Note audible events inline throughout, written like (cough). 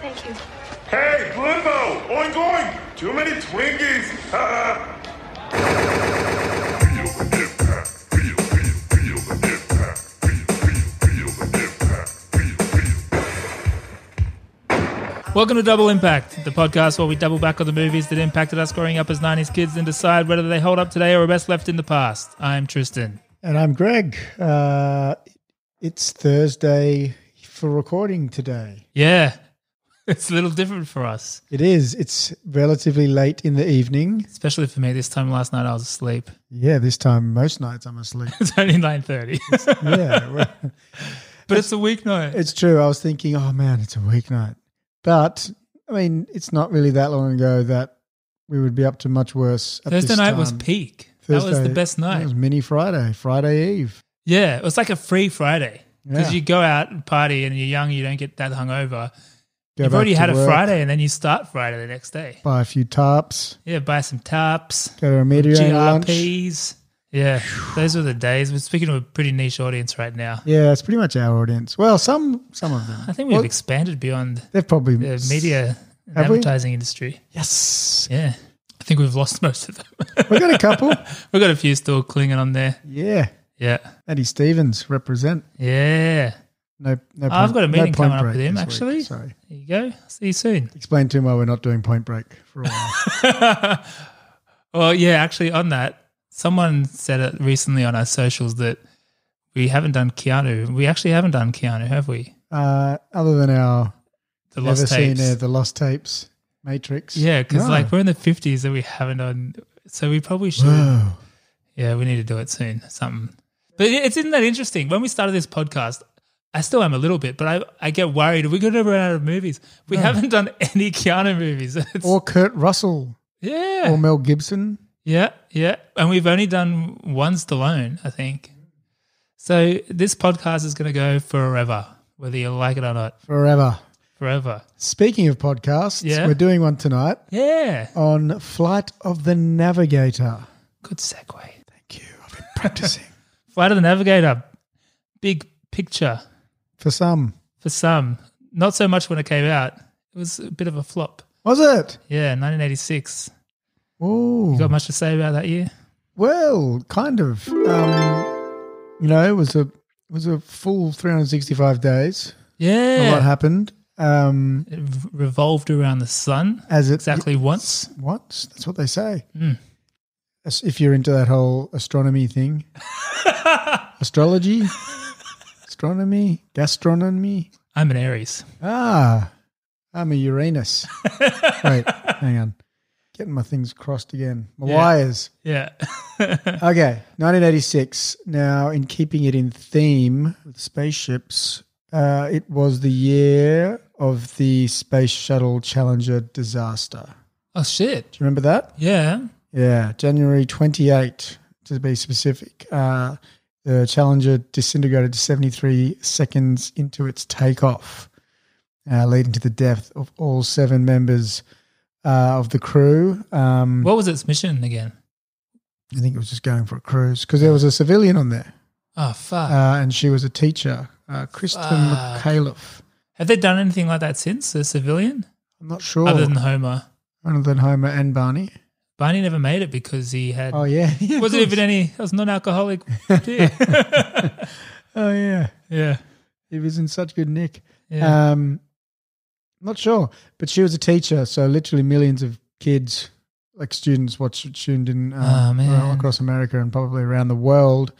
Thank you. Hey, Blimbo! Oink oink! Too many Twinkies! Ha Welcome to Double Impact, the podcast where we double back on the movies that impacted us growing up as 90s kids and decide whether they hold up today or are best left in the past. I'm Tristan. And I'm Greg. Uh, it's Thursday for recording today. Yeah, (laughs) it's a little different for us, It is. It's relatively late in the evening. especially for me. This time last night I was asleep. (laughs) Yeah, this time most nights I'm asleep. It's only 9.30, (laughs) yeah, well, but it's a weeknight. it's true. I was thinking, oh man, it's a weeknight. But I mean, it's not really that long ago that we would be up to much worse. At Thursday this night was time. peak. that was the um, Thursday- best night. It was mini Friday, Friday Eve. Yeah, it was like a free Friday because you Yeah. go out and party and you're young, you don't get that hungover. Go You've back already to had a work, Friday and then you start Friday the next day. Buy a few tarps. Yeah, buy some tops, Go to a media lunch. GRPs. Yeah, those were the days. We're speaking to a pretty niche audience right now. Yeah, it's pretty much our audience. Well, some some (laughs) of them. I think we've Well, expanded beyond they've probably the media and Have we? advertising industry. Yes, Yeah, I think we've lost (laughs) most of them. we got a couple. we've got a few still clinging on there. (laughs) yeah, Yeah, Eddie Stevens represent. yeah. No, no. Point, I've got a no meeting Point coming up Break with him, this actually. Week, sorry, There you go. See you soon. explain to him why we're not doing Point Break for a (laughs) while. Well, yeah, actually, on that, someone said it recently on our socials that we haven't done Keanu. We actually haven't done Keanu, have we? uh, other than our The never Lost seen Tapes. uh, the Lost Tapes Matrix. yeah, because No. like we're in the fifties and we haven't done. So we probably should. Whoa. Yeah, we need to do it soon. Something. But it- it's isn't that interesting. When we started this podcast, I still am a little bit, but I I get worried. Are we going to run out of movies? We haven't done (laughs) any Keanu movies. (laughs) It's- or Kurt Russell yeah, or Mel Gibson. Yeah, yeah. And we've only done one Stallone, I think. So this podcast is going to go forever, whether you like it or not. Forever. Forever. Speaking of podcasts, Yeah. we're doing one tonight Yeah. on Flight of the Navigator. Good segue. Thank you. I've been practicing (laughs) Flight of the Navigator. Big picture for some. for some. Not so much when it came out. It was a bit of a flop. Was it? Yeah, 1986. Oh, Got much to say about that year? well, kind of. Um, you know, it was a it was a full 365 days. A lot Yeah. happened. Um, It revolved around the sun as it exactly Hmm. once. once. That's what they say. As- If you're into that whole astronomy (laughs) thing, astrology, astronomy, gastronomy. I'm an Aries. Ah, I'm (laughs) a Uranus. Wait, hang on. Getting my things crossed again. My Yeah. wires. (laughs) Yeah. Okay, 1986. Now, in keeping it in theme with spaceships, uh, it was the year of the Space Shuttle Challenger disaster. Do oh, shit. you remember that? Yeah. Yeah, January 28, to be specific. Uh, the Challenger disintegrated 73 seconds into its takeoff, uh, leading to the death of all seven members uh, of the crew. Um, What was its mission again? I think it was just going for a cruise because there was a civilian on there. Oh fuck! uh, and she was a teacher, uh, Kristen Fuck. McAuliffe. Have they done anything like that since the civilian, I'm not sure. other than Homer? Homer and Barney. Barney never made it because he had. (laughs) Oh yeah, yeah of was it course. even any? It was (laughs) non-alcoholic. beer. Oh yeah, (laughs) yeah. he was in such good nick. Yeah. Um, not sure, but she was a teacher, so literally millions of kids, like students, watched tuned in Oh, uh, man. across America and probably around the world,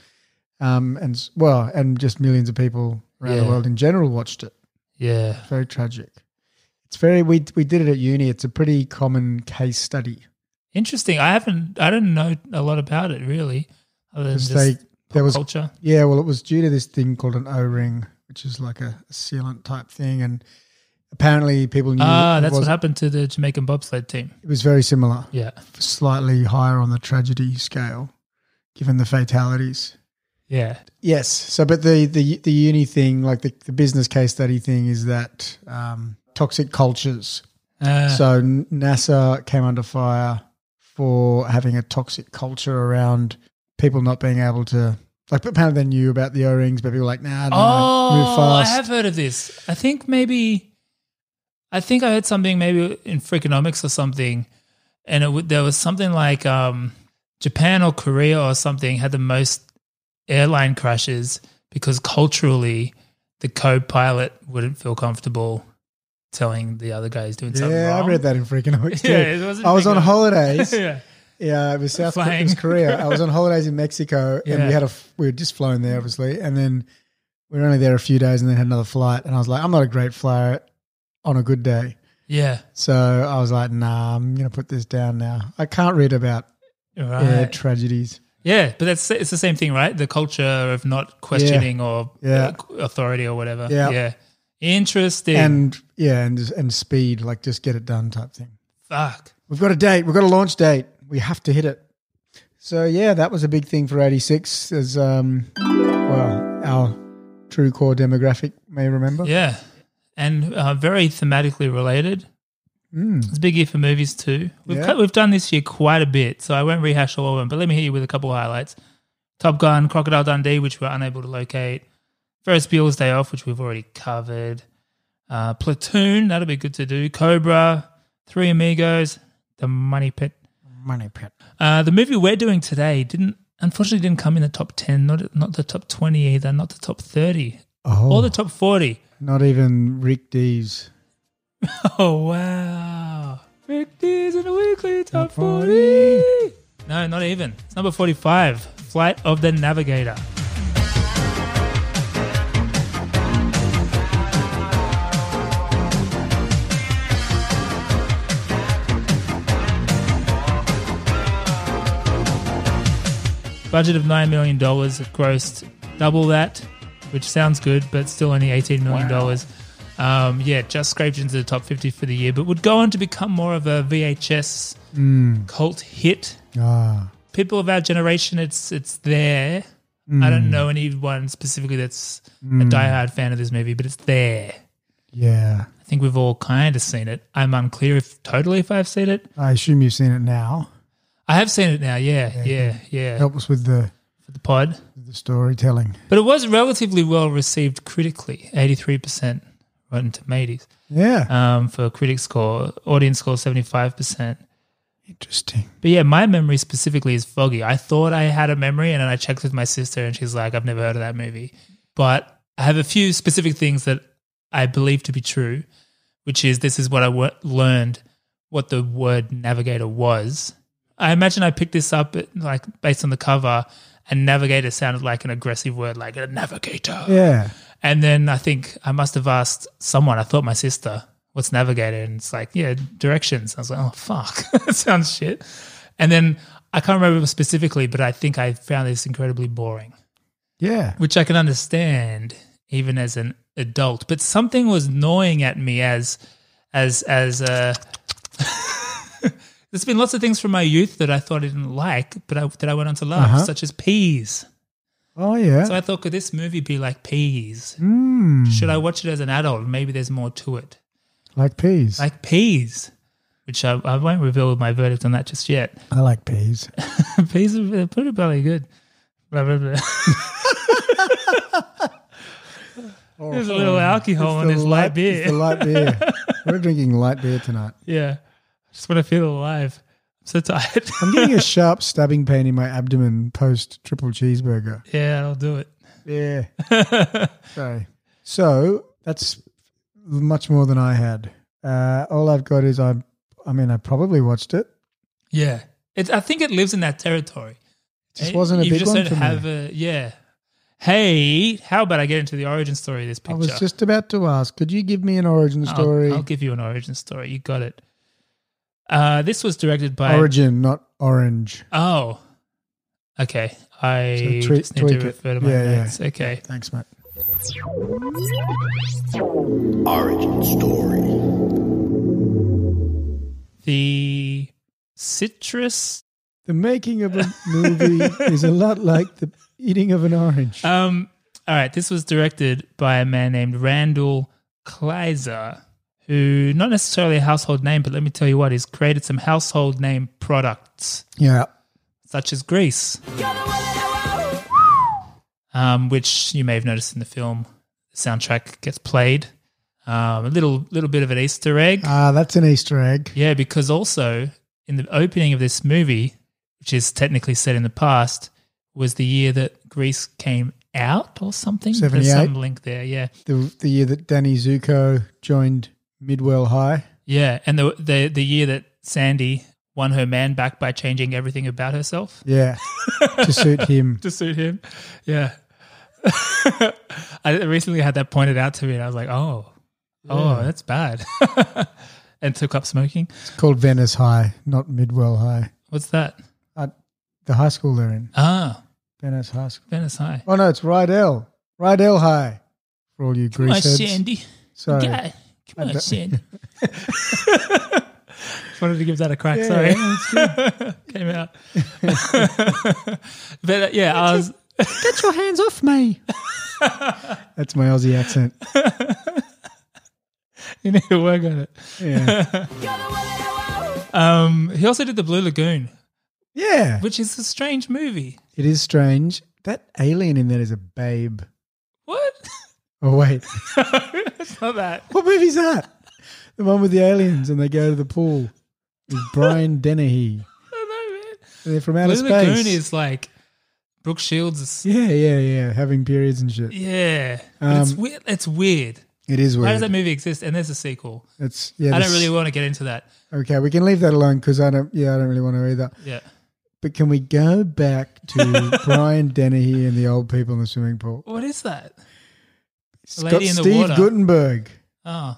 um, and s- well, and just millions of people around Yeah. the world in general watched it. yeah. Very tragic. It's very we we did it at uni. It's a pretty common case study. Interesting. I haven't. I don't know a lot about it really, other than 'Cause just they- pop there was- culture. Yeah, well, it was due to this thing called an O ring, which is like a, a sealant type thing, and apparently people knew Ah, it, that's was, what happened to the Jamaican bobsled team. it was very similar, Yeah. slightly higher on the tragedy scale, given the fatalities. Yeah. Yes, so but the the the uni thing, like the, the business case study thing, is that um, toxic cultures. Uh, So N- NASA came under fire for having a toxic culture around people not being able to. Like apparently they knew about the O rings, but people were like, nah, no, oh, move fast. I have heard of this. I think maybe I think I heard something maybe in Freakonomics or something, and it w- there was something like um, Japan or Korea or something had the most airline crashes because culturally the co-pilot wouldn't feel comfortable telling the other guy he's doing something yeah, wrong. I read that in (laughs) freaking Oaks. Yeah, it wasn't I was freaking on Oaks. (laughs) holidays. yeah. Yeah, it was South Korea, it Flying. was Korea. I (laughs) was on holidays in Mexico, and Yeah. we had a f- we were just flown there, obviously, and then we were only there a few days, and then had another flight. And I was like, I'm not a great flyer on a good day, Yeah. so I was like, Nah, I'm gonna put this down now. I can't read about air Right. tragedies. Yeah, but that's it's the same thing, right? The culture of not questioning or Yeah. uh, authority or whatever. Yeah. Yeah. Interesting. And yeah, and and speed, like just get it done type thing. Fuck. We've got a date. We've got a launch date. We have to hit it. So yeah, that was a big thing for '86, as um, well our true core demographic may remember. Yeah. And uh, very thematically related. It's a big year for movies too. We've Hmm. Yeah. cut, we've done this year quite a bit, so I won't rehash all of them. But let me hit you with a couple of highlights: Top Gun, Crocodile Dundee, which we're unable to locate. Ferris Bueller's Day Off, which we've already covered. Uh, Platoon, that'll be good to do. Cobra, Three Amigos, The Money Pit. Money pit. Uh, the movie we're doing today didn't, unfortunately, didn't come in the top ten, not not the top twenty either, not the top thirty, Oh, or the top forty. not even Rick D's (laughs) Oh wow! Rick D's in the weekly top Top 40. No, not even. It's number forty-five. Flight of the Navigator. Budget of nine million dollars. It grossed double that, which sounds good, but still only eighteen million dollars. Um, yeah, just scraped into the top fifty for the year, but would go on to become more of a VHS cult hit. ah People of our generation, it's it's there. I don't know anyone specifically that's a diehard fan of this movie, but it's there. yeah. I think we've all kind of seen it. I'm unclear if totally if I've seen it. I assume you've seen it now. I have seen it now. Yeah, yeah, yeah. Help us with the For the pod. the storytelling. But it was relatively well received critically, 83% Rotten Tomatoes Yeah, um, for critic score, audience score 75%. interesting. But yeah, my memory specifically is foggy. I thought I had a memory and then I checked with my sister and she's like, I've never heard of that movie. But I have a few specific things that I believe to be true, which is this is what I w- learned what the word navigator was. I imagine I picked this up like based on the cover and navigator sounded like an aggressive word like a navigator. Yeah, And then I think I must have asked someone, I thought my sister, what's navigator? And it's like, yeah, directions. I was like, oh, fuck. (laughs) that sounds shit. And then I can't remember specifically, but I think I found this incredibly boring, yeah. which I can understand even as an adult. But something was gnawing at me as, as, as, uh, (laughs) there's been lots of things from my youth that I thought I didn't like, but I, that I went on to love, Uh-huh. such as peas. Oh yeah. So I thought, could this movie be like peas? Mm, Should I watch it as an adult? Maybe there's more to it. like peas. Like peas, which I, I won't reveal my verdict on that just yet. (laughs) I like peas. peas are they're pretty bloody good. Blah, blah, blah. (laughs) There's a little alcohol in Oh, the this light beer. It's the light beer. (laughs) We're drinking light beer tonight. yeah. I just want to feel alive. I'm so tired. (laughs) I'm getting a sharp stabbing pain in my abdomen post triple cheeseburger. yeah, I'll do it. (laughs) Yeah. Sorry. So that's much more than I had. Uh, all I've got is I. I mean, I probably watched it. Yeah. It, I think it lives in that territory. Just It- wasn't a you big just one don't for have me. a, yeah. Hey, how about I get into the origin story of this I picture? was just about to ask. Could you give me an origin I'll- story? I'll, give you an origin story. You got it. Uh, this was directed by origin, not orange. Oh, okay. I So tweak- just need to tweak it. refer to my Yeah, yeah. notes. Okay. Thanks, mate. Origin story. The citrus. The (laughs) making of a movie is a lot like the eating of an orange. Um. All right. This was directed by a man named Randall Kleiser, who not necessarily a household name, but let me tell you what, he's created some household name products yeah. such as Grease. um, which you may have noticed in the film. The soundtrack gets played. Um, a little little bit of an Easter egg. Ah, that's an Easter egg. Yeah, because also in the opening of this movie, which is technically set in the past, was the year that Greece came out or something. There's 78. some link there. Yeah, The, the year that Danny Zuko joined Midwell High. yeah, and the the the year that Sandy won her man back by changing everything about herself Yeah, to suit him. to suit him. Yeah, (laughs) I recently had that pointed out to me, and I was like, oh, oh, that's bad. (laughs) and took up smoking. It's called Venice High, not Midwell High. What's that? Uh, the high school they're in, Ah, Venice High School. Venice High. Oh no, it's Rydell. Rydell High. For all you Come on, grease heads. Sandy. Sorry. Yeah. Come I on, don't- Sandy. Just (laughs) wanted to give that a crack. Sorry, came out. (laughs) but uh, yeah, I was. (laughs) (laughs) Get your hands off me. That's my Aussie accent. You need to work on it. Yeah. Um, he also did the Blue Lagoon, Yeah. which is a strange movie. It is strange. That alien in there is a babe. What? (laughs) Oh wait. it's not that. What movie's that? The one with the aliens and they go to the pool. With (laughs) Brian Dennehy. I And they're from don't know, outer man. Blue space. Lagoon is like Brooke Shields. Is, yeah, yeah, yeah. Having periods and shit. yeah, But it's Um, weird. It's weird. It is How weird. does that movie exist? And there's a sequel. It's yeah. I don't this- really want to get into that. Okay, we can leave that alone because I don't. Yeah, I don't really want to either. Yeah. But can we go back (laughs) to Brian Dennehy and the old people in the swimming pool? What is that? It's Lady in the Steve Water. Gutenberg, Oh,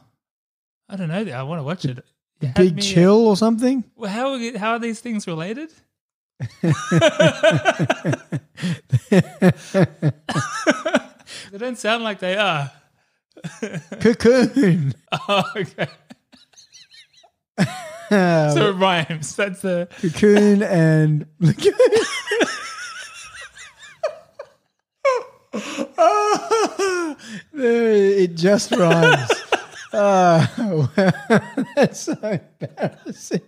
I don't know. I want to watch it. You had Big me- Chill or (laughs) something. Well, how are we- how are these things (laughs) related? they don't sound like they are. (laughs) (laughs) Cocoon. Oh, okay. Uh, So it rhymes. That's the cocoon and Ah, there, it just rhymes. Ah, wow, that's so embarrassing.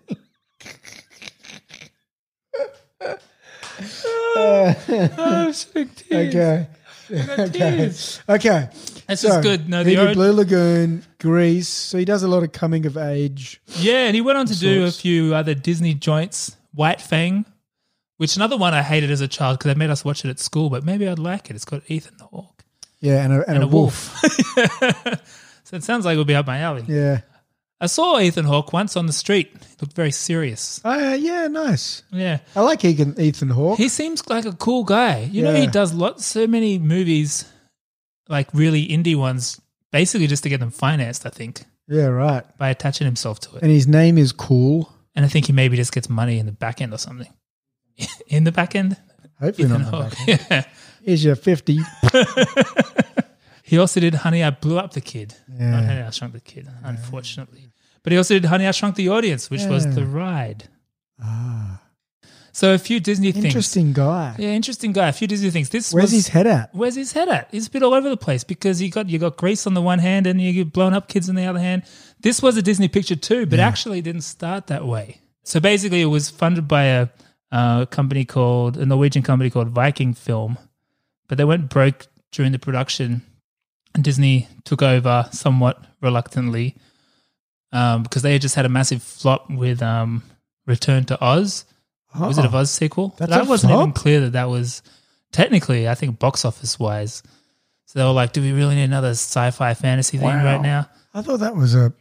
oh, I'm shedding tears. Okay. Okay. Tears. Okay. This So, is good. No, he the did orig- Blue Lagoon, Greece. So he does a lot of coming of age. yeah, and he went on to do a sorts. few other Disney joints, White Fang, which another one I hated as a child because they made us watch it at school. But maybe I'd like it. It's got Ethan the Hawk Yeah, and a, and a wolf. (laughs) so it sounds like it'll be up my alley. Yeah. I saw Ethan Hawke once on the street. He looked very serious. Uh, yeah, nice. Yeah. I like Ethan, Ethan Hawke. He seems like a cool guy. You know, he Yeah. does lots, so many movies, like really indie ones, basically just to get them financed, I think, yeah, right. by attaching himself to it. And his name is cool. And I think he maybe just gets money in the back end or something. (laughs) in the back end? Hopefully Ethan not. on the Hawke. back. (laughs) Yeah. Here's (laughs) your 50. He also did Honey, I Blew Up the Kid. Not Yeah. Honey, I Shrunk the Kid, unfortunately. But he also did Honey, I Shrunk the Audience, which was Yeah. The Ride. Ah. So a few Disney things. Interesting guy. Yeah, interesting guy. A few Disney things. This Where's was, his head at? Where's his head at? He's a bit all over the place because you got you got Grease on the one hand and you get blown up kids on the other hand. This was a Disney picture too, but actually didn't start that way. So basically, it was funded by a uh, company called a Norwegian company called Viking Film, but they went broke during the production, and Disney took over somewhat reluctantly um, because they had just had a massive flop with um, Return to Oz. Was it a Oh, Oz sequel? That's that a wasn't even flop? clear that that was technically, I think, box office wise. So they were like, do we really need another sci fi fantasy thing Wow. right now? I thought that was a.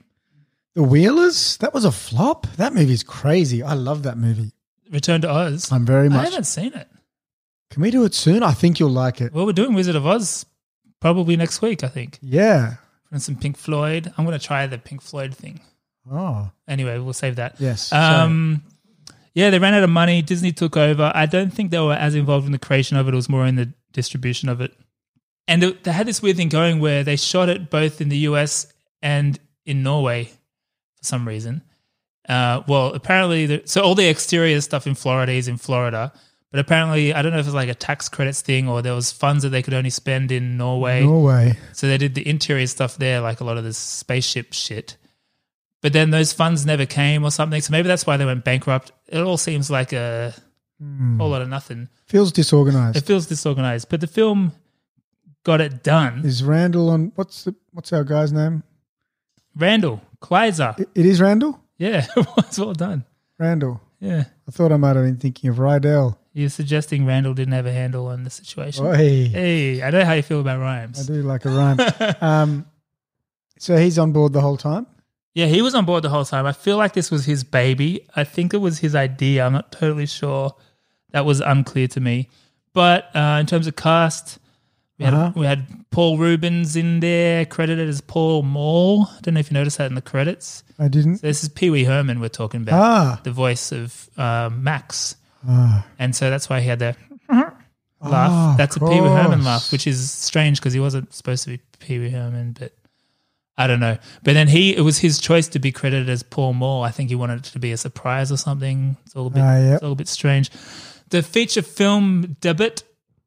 The Wheelers? That was a flop? That movie's crazy. I love that movie. Return to Oz. I'm very I much. haven't seen it. Can we do it soon? I think you'll like it. Well, we're doing Wizard of Oz probably next week, I think. Yeah. And some Pink Floyd. I'm going to try the Pink Floyd thing. Oh, Anyway, we'll save that. yes. Sorry. Um, yeah, they ran out of money. Disney took over. I don't think they were as involved in the creation of it. It was more in the distribution of it. And it, they had this weird thing going where they shot it both in the US and in Norway for some reason. Uh, well, apparently, the, so all the exterior stuff in Florida is in Florida. But apparently, I don't know if it's like a tax credits thing or there was funds that they could only spend in Norway. Norway. So they did the interior stuff there, like a lot of this spaceship shit. But then those funds never came or something. So maybe that's why they went bankrupt. It all seems like a whole lot of nothing. Feels disorganized. It feels disorganized. But the film got it done. Is Randall on what's the what's our guy's name? Randall Kleiser. It- it is Randall. Yeah, (laughs) it was well done. Randall. Yeah. I thought I might have been thinking of Rydell. You're suggesting Randall didn't have a handle on the situation. Oi. Hey, I know how you feel about I rhymes. do like (laughs) a rhyme. um, so he's on board the whole time. Yeah, he was on board the whole time. I feel like this was his baby. I think it was his idea. I'm not totally sure. That was unclear to me. But uh, in terms of cast, we had, Uh-huh. we had Paul Rubens in there, credited as Paul Moore. I don't know if you noticed that in the credits. I didn't. So this is Pee Wee Herman we're talking about, Ah. the voice of uh, Max. And so that's why he had the laugh. Ah, That's a of Pee Wee Herman course. laugh, which is strange because he wasn't supposed to be Pee Wee Herman, but I don't know. But then he, it was his choice to be credited as Paul Moore. I think he wanted it to be a surprise or something. It's all a bit, Ah, yep. it's all a bit strange. The feature film debut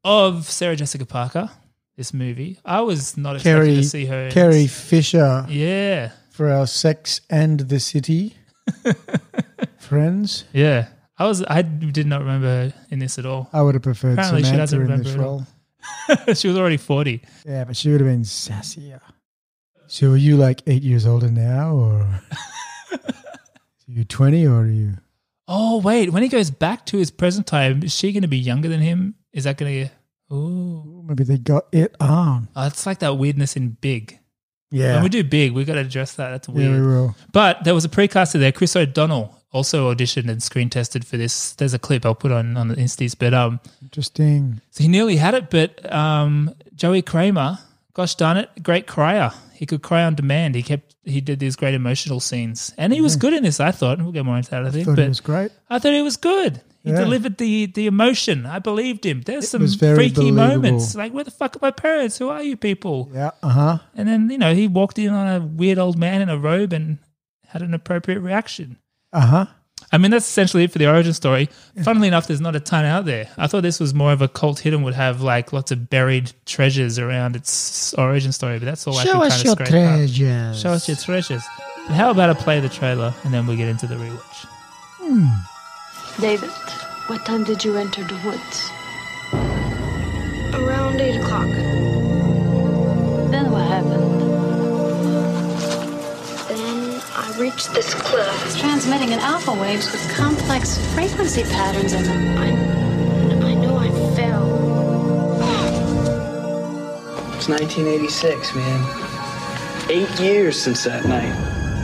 of Sarah Jessica Parker, this movie. I was not expecting Kerry, to see her. in Kerry this. Fisher Yeah. for our Sex and (laughs) the City friends. Yeah. I was, I did not remember her in this at all. I would have preferred Apparently she Samantha doesn't in this remember at all. (laughs) role. she was already 40. Yeah, but she would have been sassier. So are you like eight years older now, (laughs) or are you twenty, or are you? Oh wait, when he goes back to his present time, is she going to be younger than him? Is that going to? Ooh, Maybe they got it on. oh, it's like that weirdness in Big. Yeah, When we do Big, we got to address that. That's yeah, weird. we will. But there was a precaster there, Chris O'Donnell, also auditioned and screen tested for this. There's a clip I'll put on on the Instas, but um, Interesting. so he nearly had it, but um, Joey Kramer, gosh darn it, great crier. He could cry on demand. He kept he did these great emotional scenes, and he was good in this. I thought we'll get more into that. I think, Thought but it was great. I thought it was good. He Yeah. delivered the the emotion. I believed him. There's some was very freaky moments. believable. Like, where the fuck are my parents? Who are you people? Yeah. Uh huh. And then, you know, he walked in on a weird old man in a robe and had an appropriate reaction. Uh huh. I mean, that's essentially it for the origin story. Funnily enough, there's not a ton out there. I thought this was more of a cult hit and would have like lots of buried treasures around its origin story, but that's all Oh, I can kind of scrape up. treasures. Show us your treasures. But how about I play the trailer and then we get into the rewatch? David, what time did you enter the woods? Around 8 o'clock. Then what happened? Then I reached this cliff. It's transmitting in alpha waves with complex frequency patterns in them. I, I know I fell. It's 1986, man. Eight years since that night.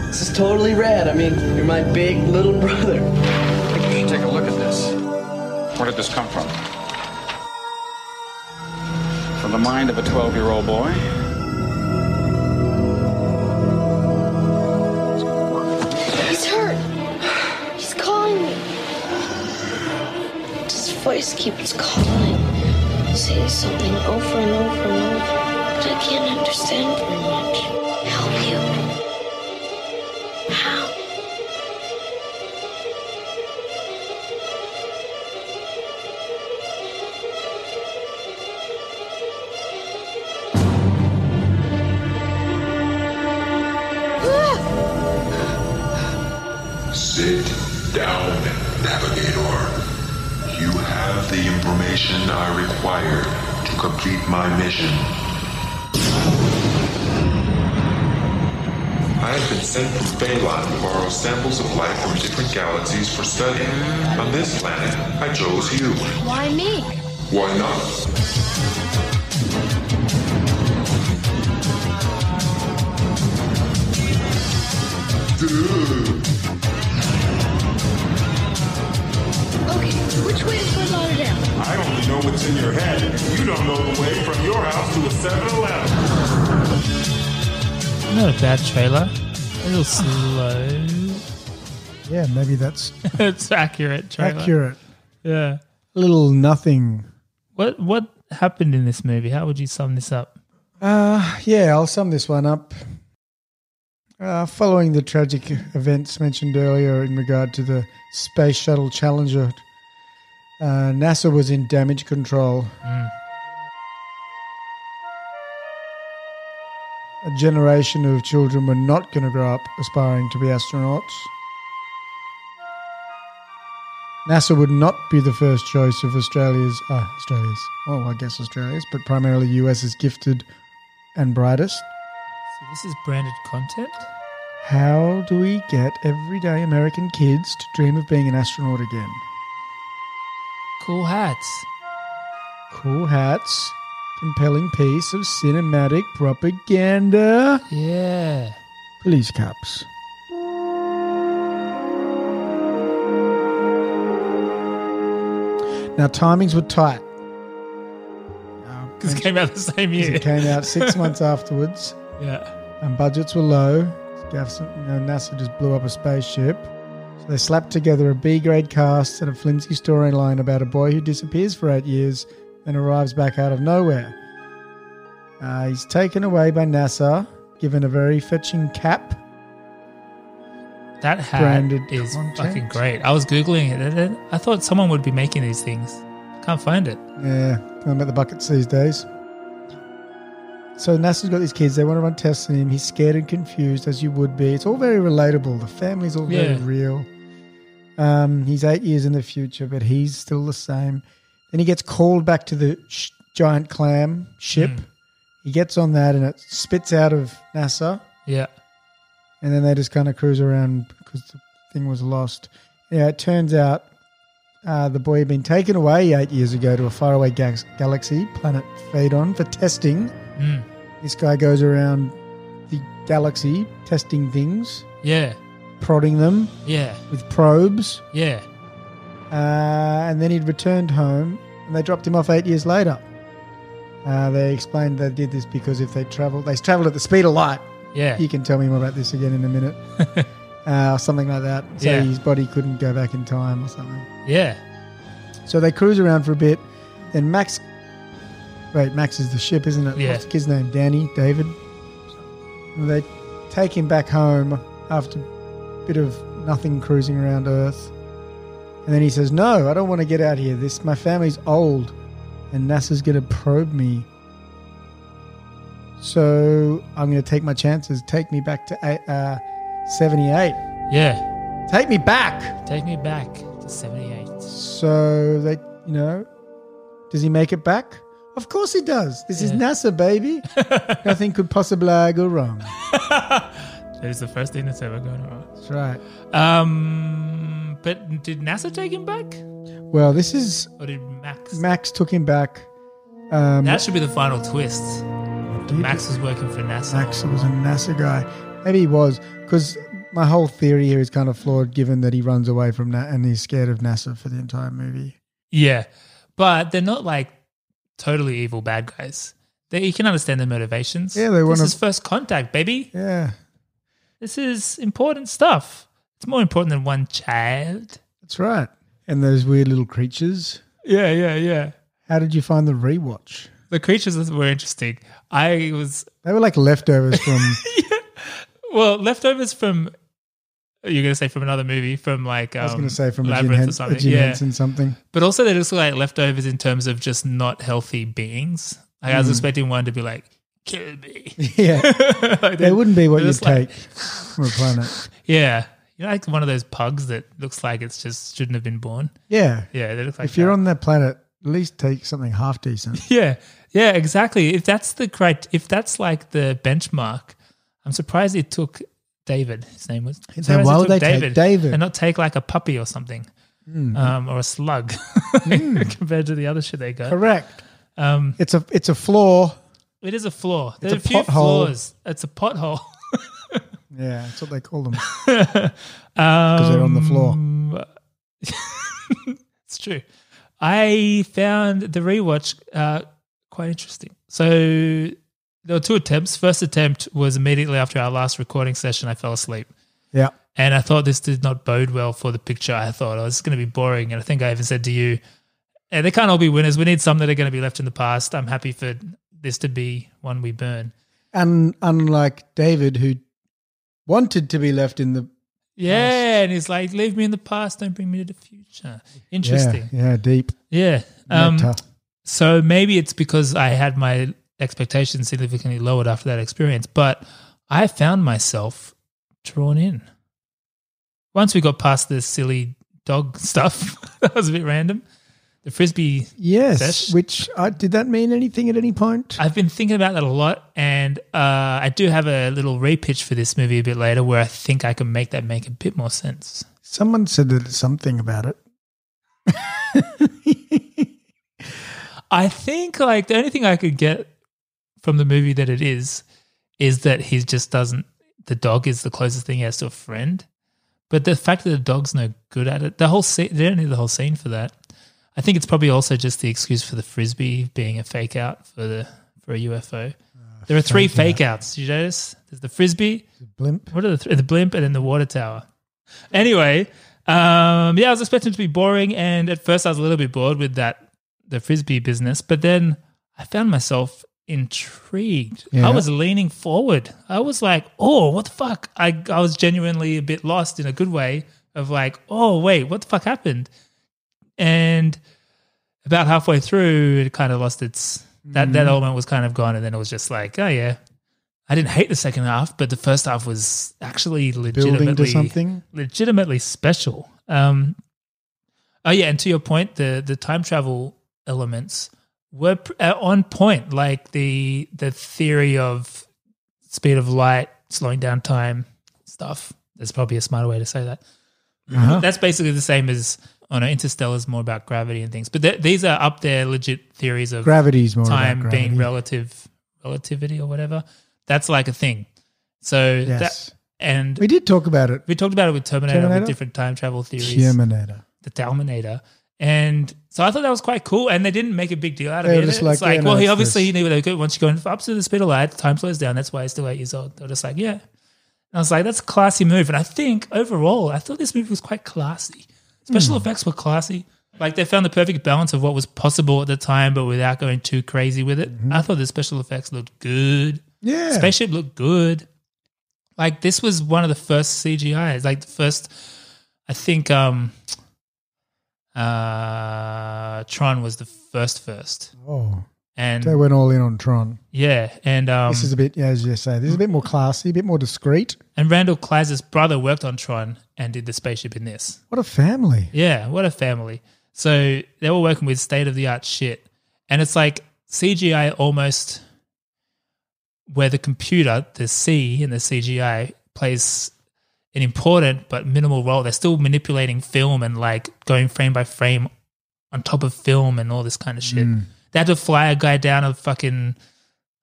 This is totally rad. I mean, you're my big little (laughs) brother. I think you should take a look at this. Where did this come from? From the mind of a 12 year old boy? He's hurt. He's calling me. This voice keeps calling, saying something over and over and over, but I can't understand very much. Help you. How? Sit down, Navigator. You have the information I require to complete my mission. I have been sent from Phalon to borrow samples of life from different galaxies for study. On this planet, I chose you. Why me? Why not? Okay, which way to Fort Lauderdale? I only know what's in your head. You don't know the way from your house to a 7 Eleven. Not a bad trailer. A little slow. (laughs) Yeah, (laughs) maybe that's it's accurate trailer. accurate. Yeah. Little nothing. What what happened in this movie? How would you sum this up? Uh, yeah, I'll sum this one up. Uh, following the tragic events mentioned earlier in regard to the Space Shuttle Challenger, uh, NASA was in damage control. A generation of children were not going to grow up aspiring to be astronauts. NASA would not be the first choice of Australia's, uh, Australia's, oh, I guess Australia's, but primarily US's gifted and brightest. So this is branded content. How do we get everyday American kids to dream of being an astronaut again? Cool hats. Cool hats, compelling piece of cinematic propaganda, Yeah. police caps. Now, timings were tight. Uh, Because it came out the same year. it came out six months afterwards. Yeah. and budgets were low. Gaffson- you know, NASA just blew up a spaceship. So they slapped together a B grade cast and a flimsy storyline about a boy who disappears for eight years and arrives back out of nowhere. Uh, he's taken away by NASA, given a very fetching cap. That hat Branded is content. fucking great. I was Googling it. and then I thought someone would be making these things. Can't find it. Yeah, talking about the buckets these days. So NASA's got these kids. They want to run tests on him. He's scared and confused, as you would be. It's all very relatable. The family's all very Yeah. real. Um, he's eight years in the future, but he's still the same. Then he gets called back to the sh- giant clam ship. He gets on that, and it spits out of NASA. Yeah. And then they just kind of cruise around because the thing was lost. Yeah, it turns out uh, the boy had been taken away eight years ago to a faraway ga- galaxy, planet Phaedon, for testing. This guy goes around the galaxy testing things, Yeah. prodding them Yeah. with probes. Yeah. Uh, and then he'd returned home and they dropped him off eight years later. Uh, they explained they did this because if they traveled, they traveled at the speed of light. Yeah. You can tell me more about this again in (laughs) a minute. uh, something like that. So Yeah. his body couldn't go back in time or something. Yeah. So they cruise around for a bit. Then Max. Wait, Max is the ship, isn't it? Yeah. What's the kid's name? Danny? David? And they take him back home after a bit of nothing cruising around Earth. And then he says, No, I don't want to get out here. This My family's old, and NASA's going to probe me. So I'm going to take my chances. Take me back to eight, uh, 78. Yeah. Take me back! Take me back to 78. So they, you know, does he make it back? Of course he does. This is Yeah. NASA, baby. (laughs) Nothing could possibly go wrong. That is the first thing that's ever gone wrong. That's right. Um, but did NASA take him back? Well, this is Or did Max? Max took him back. Um, That should be the final twist. did- Max was working for NASA. Max was a NASA guy. Maybe he was because my whole theory here is kind of flawed, given that he runs away from that and he's scared of NASA for the entire movie. Yeah. But they're not like totally evil bad guys. They, you can understand their motivations. Yeah, they This wanna- is first contact, baby. Yeah, This is important stuff. It's more important than one child. that's right. And those weird little creatures. Yeah, yeah, yeah. How did you find the rewatch? The creatures were interesting. I was They were like leftovers from. well leftovers from. You're gonna say from another movie, from like (laughs) um, I was going to say from a Jim, Labyrinth Hen- or a something, Jim yeah. Henson something. But also they just look like leftovers in terms of just not healthy beings. Like I Mm. was expecting one to be like, kill me. (laughs) (laughs) yeah, Like, they they're- wouldn't be what they're you'd just like- take from a planet. Yeah. You know, like one of those pugs that looks like it's just shouldn't have been born. Yeah. Yeah, they look like if you're that. on that planet, at least take something half decent. (laughs) Yeah. Yeah, exactly. If that's the correct if that's like the benchmark, I'm surprised it took David. His name was I'm surprised why it would took they take David? Hmm. and not take like a puppy or something. Um, or a slug (laughs) compared to the other shit they got. Correct. Um, It's a it's a flaw. It is a flaw. There's a a, few pothole. flaws. It's a pothole. (laughs) Yeah, that's what they call them because they're on the floor. Um, It's true. I found the rewatch uh, quite interesting. So there were two attempts. First attempt was immediately after our last recording session. I fell asleep, Yeah, and I thought this did not bode well for the picture. I thought oh, it's going to be boring, and I think I even said to you, "Eh, "They can't all be winners. We need some that are going to be left in the past." I'm happy for this to be one we burn. and unlike David, who wanted to be left in the Yeah, and he's like, "Leave me in the past. Don't bring me to the future." Interesting. Yeah, yeah deep. Yeah. Um, meta. so maybe it's because I had my expectations significantly lowered after that experience, but I found myself drawn in. (laughs) Once we got past the silly dog stuff, that was a bit random. the frisbee. Yes. sesh. Which uh, did that mean anything at any point? I've been thinking about that a lot, and uh, I do have a little repitch for this movie a bit later, where I think I can make that make a bit more sense. Someone said that something about it. I think like the only thing I could get from the movie that it is is that he just doesn't. The dog is the closest thing he has to a friend, but the fact that the dog's no good at it, the whole scene, they don't need the whole scene for that. I think it's probably also just the excuse for the frisbee being a fake out for the for a UFO. there are three fake fake outs. You notice? There's the frisbee. Blimp. What are the th- the blimp and then the water tower? Anyway, um, yeah, I was expecting it to be boring, and at first I was a little bit bored with that the frisbee business, but then I found myself intrigued. Yeah. I was leaning forward. I was like, "Oh, what the fuck!" I I was genuinely a bit lost in a good way of like, "Oh, wait, what the fuck happened?" And about halfway through, it kind of lost its that Mm-hmm. that element was kind of gone, and then it was just like, "Oh yeah." I didn't hate the second half, but the first half was actually legitimately Building to something. legitimately special. Um, oh yeah, and to your point, the the time travel elements were pr- uh, on point. Like the the theory of speed of light slowing down time stuff. There's probably a smarter way to say that. Uh-huh. Mm-hmm. That's basically the same as on know Interstellar is more about gravity and things, but th- these are up there legit theories of Gravity's more time about being gravity. relative relativity or whatever. That's like a thing. So Yes. that and we did talk about it. we talked about it with Terminator, Terminator? with different time travel theories, Terminator. the Terminator. And so I thought that was quite cool. And they didn't make a big deal out of They it. were just it's like, like, yeah, no, well, he it's obviously this. he knew they could. Once you go in- up to the speed of light, time slows down. That's why he's still eight years old. They were just like, yeah. And I was like, that's a classy move. And I think overall, I thought this movie was quite classy. Special Hmm. effects were classy. Like they found the perfect balance of what was possible at the time, but without going too crazy with it. Mm-hmm. I thought the special effects looked good. Yeah. Spaceship looked good. Like this was one of the first CGIs. Like the first, I think um uh Tron was the first first, Oh, and they went all in on Tron. yeah, and um this is a bit, yeah, as you say, this is a bit more classy, a bit more discreet. and Randall Kleiser's brother worked on Tron and did the spaceship in this. What a family. Yeah, what a family. So they were working with state of the art shit. And it's like CGI almost where the computer, the C in the CGI, plays an important but minimal role. They're still manipulating film and like going frame by frame on top of film and all this kind of shit. They had to fly a guy down a fucking,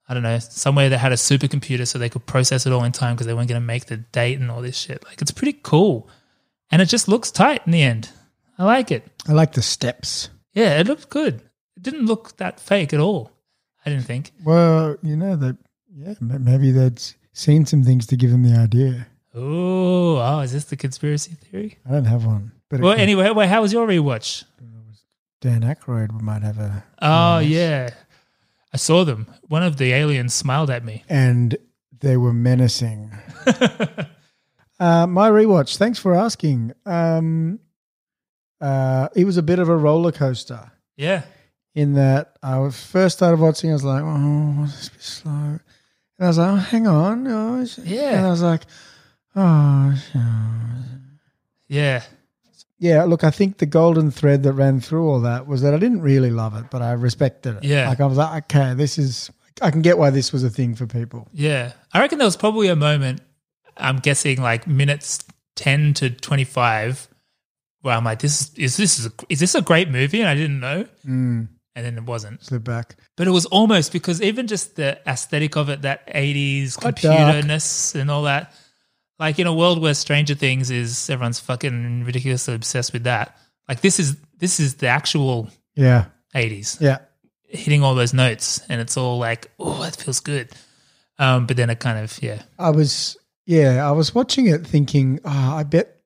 I don't know, somewhere that had a supercomputer so they could process it all in time because they weren't going to make the date and all this shit. Like it's pretty cool and it just looks tight in the end. I like it. I like the steps. Yeah, it looked good. It didn't look that fake at all. I didn't think. Well, you know that. Yeah, ma- maybe they'd seen some things to give them the idea. Ooh, oh, is this the conspiracy theory? I don't have one, but it Well, could- anyway, wait, how was your rewatch? Dan Aykroyd might have a. Oh yeah, I saw them. One of the aliens smiled at me. And they were menacing. uh, my rewatch. Thanks for asking. Um, uh, it was a bit of a roller coaster. Yeah, in that I was first started watching, I was like, oh, this is a bit slow. And I was like, oh, hang on. Oh, it's- Yeah. And I was like, oh, it's- oh." yeah, yeah. Look, I think the golden thread that ran through all that was that I didn't really love it, but I respected it. Yeah. Like I was like, okay, this is, I can get why this was a thing for people. yeah. I reckon there was probably a moment. I'm guessing like minutes ten to twenty five, where I'm like, this is this is a, is this a great movie? And I didn't know, and then it wasn't. Slip back. But it was almost because even just the aesthetic of it, that 80s Quite dark. computerness and all that, like in a world where Stranger Things is everyone's fucking ridiculously obsessed with that. Like this is this is the actual Yeah. 80s Yeah. hitting all those notes and it's all like, oh, that feels good. Um, but then it kind of yeah. I was, yeah, I was watching it thinking, oh, I bet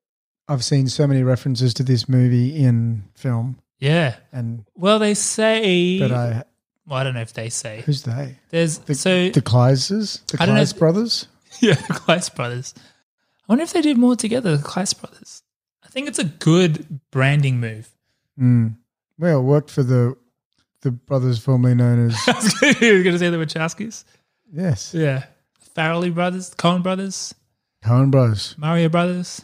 I've seen so many references to this movie in film. Yeah. And, Well, they say but I, well, I don't know if they say. who's they? There's The, so the Kleisers, the I don't know Kleis if- brothers. (laughs) Yeah, the Kleiss brothers. I wonder if they did more together, the Kleiss brothers. I think it's a good branding move. Hmm. Well, worked for the the brothers formerly (laughs) known as I was going to say the Wachowskis. yes, Yeah. Farrelly brothers, Cohen brothers, Coen Brothers, Mario brothers,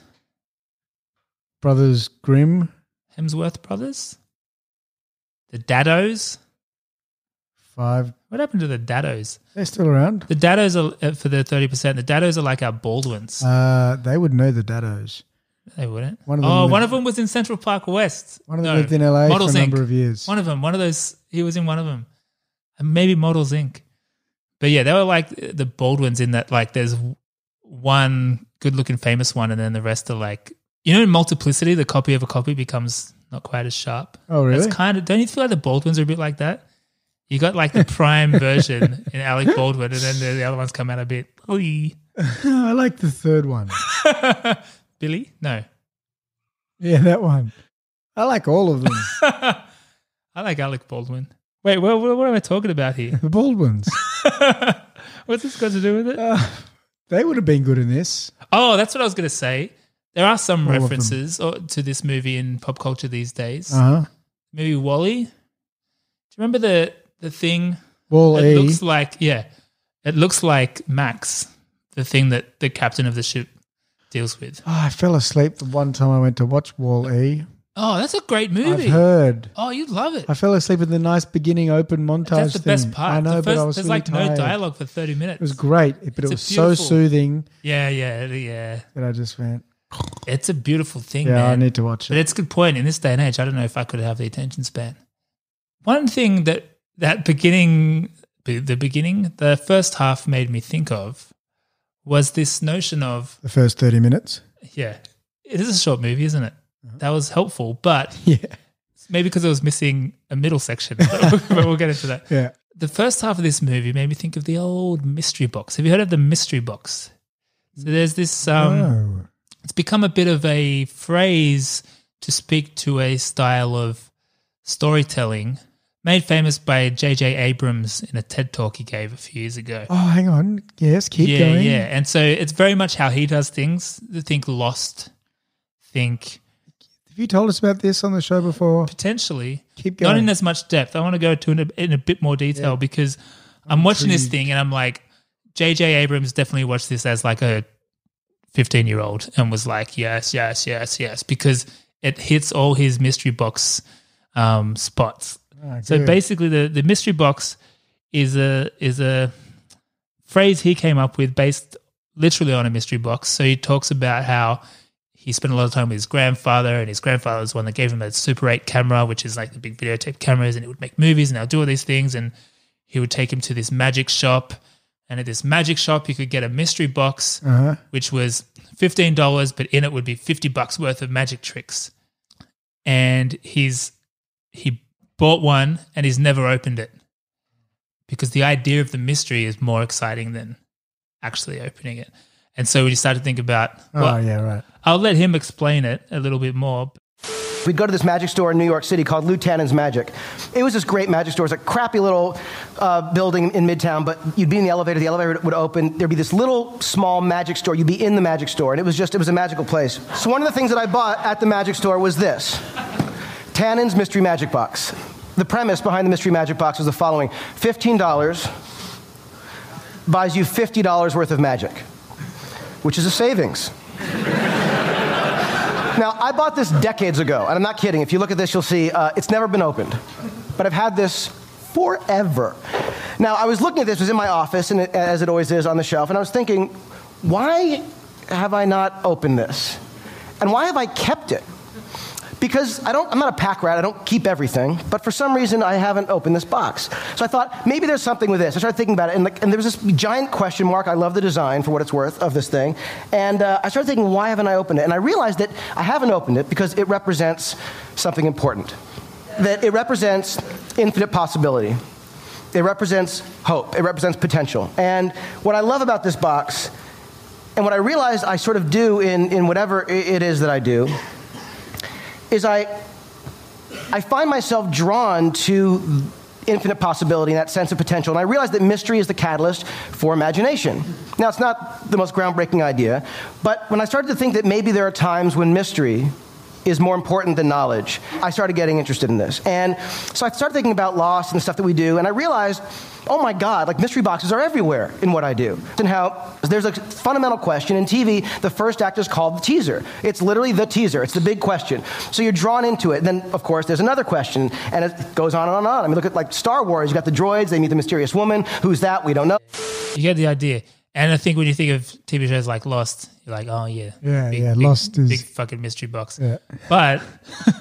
brothers Grimm, Hemsworth brothers. The Daddos. Five. What happened to the Daddos? They're still around. The Daddos are uh, for the thirty percent. The Daddos are like our Baldwins. Uh, they would know the Daddos. they wouldn't. one One of of them oh, lived- one of them was in Central Park West. One of them lived in LA for Models a number Inc. of years. One of them. One of those. He was in one of them. And maybe Models Inc. But yeah, they were like the Baldwins in that. Like, there's one good-looking famous one, and then the rest are like you know, in multiplicity, the copy of a copy becomes not quite as sharp. Oh, really? That's kind of. Don't you feel like the Baldwins are a bit like that? You got like the (laughs) prime version in Alec Baldwin, and then the, the other ones come out a bit. Oi. (laughs) (laughs) I like the third one. Billy? No. yeah, that one. I like all of them. I like Alec Baldwin. Wait, what, what, what am I talking about here? (laughs) the Baldwins. What's this got to do with it? They would have been good in this. oh, that's what I was going to say. There are some All of them. references or, to this movie in pop culture these days. Uh huh. Maybe Wally. Do you remember the the thing? Wall It E. looks like yeah, it looks like Max, the thing that the captain of the ship deals with. Oh, I fell asleep the one time I went to watch Wall E. Oh, that's a great I've movie. heard. Oh, you'd love it. I fell asleep in the nice beginning open montage. That's the thing. best part. I know, the first, but I was there's really like tired. no dialogue for thirty minutes. It was great, it- but It's it a was so beautiful- soothing Yeah, yeah, yeah. that I just went, It's a beautiful thing, "Yeah, man. I need to watch But it." it's a good point. In this day and age, I don't know if I could have the attention span. One thing that that beginning, the beginning, the first half made me think of was this notion of, The first thirty (laughs) minutes. yeah, it is a short movie, isn't it? That was helpful, but Yeah, maybe because it was missing a middle section, (laughs) but we'll get into that. yeah. The first half of this movie made me think of the old mystery box. Have you heard of the mystery box? So there's this um, oh, it's become a bit of a phrase to speak to a style of storytelling made famous by J.J. Abrams in a TED talk he gave a few years ago. oh, hang on. Yes, keep yeah, going. yeah. And so it's very much how he does things. Think lost, think Have you told us about this on the show before? potentially. Keep Not going. in as much depth. I want to go to in a, in a bit more detail because I'm watching this intrigued. thing and I'm like, J.J. Abrams definitely watched this as like a 15 year old and was like, yes, yes, yes, yes, because it hits all his mystery box um, spots. so Ah, good. basically, the, the mystery box is a is a phrase he came up with based literally on a mystery box. So he talks about how he spent a lot of time with his grandfather, and his grandfather was the one that gave him that Super 8 camera, which is like the big videotape cameras, and it would make movies and they'll do all these things. And he would take him to this magic shop. And at this magic shop, you could get a mystery box, which was $15, but in it would be 50 bucks worth of magic tricks. And he's he bought one and he's never opened it because the idea of the mystery is more exciting than actually opening it. And so we just started to think about Oh well, yeah, right. I'll let him explain it a little bit more. We'd go to this magic store in New York City called Lou Tannen's Magic. It was this great magic store. It was a crappy little uh, building in Midtown, but you'd be in the elevator, the elevator would open. There'd be this little small magic store. You'd be in the magic store, and it was just, it was a magical place. So one of the things that I bought at the magic store was this. Tannen's Mystery Magic Box. The premise behind the Mystery Magic Box was the following $15 buys you $50 worth of magic, which is a savings. now, I bought this decades ago, and I'm not kidding. If you look at this, you'll see uh, it's never been opened, but I've had this forever. Now, I was looking at this, it was in my office, and it, as it always is on the shelf, and I was thinking, why have I not opened this? And why have I kept it? because I don't, I'm not a pack rat. I don't keep everything. But for some reason, I haven't opened this box. So I thought maybe there's something with this. I started thinking about it, and, like, and there was this giant question mark. I love the design for what it's worth of this thing, and uh, I started thinking, why haven't I opened it? And I realized that I haven't opened it because it represents something important. That it represents infinite possibility. It represents hope. It represents potential. And what I love about this box, and what I realized I sort of do in, in whatever i- it is that I do, is I, I find myself drawn to infinite possibility and that sense of potential. And I realize that mystery is the catalyst for imagination. Now, it's not the most groundbreaking idea, but when I started to think that maybe there are times when mystery is more important than knowledge. I started getting interested in this. And so I started thinking about loss and the stuff that we do, and I realized, oh my God, like mystery boxes are everywhere in what I do. And how there's a fundamental question in TV, the first act is called the teaser. It's literally the teaser, it's the big question. So you're drawn into it. And then, of course, there's another question, and it goes on and on and on. I mean, look at like Star Wars, you got the droids, they meet the mysterious woman. Who's that? We don't know. You get the idea. And I think when you think of TV shows like Lost, you're like, oh yeah, Yeah, yeah, Lost is- big fucking mystery box. But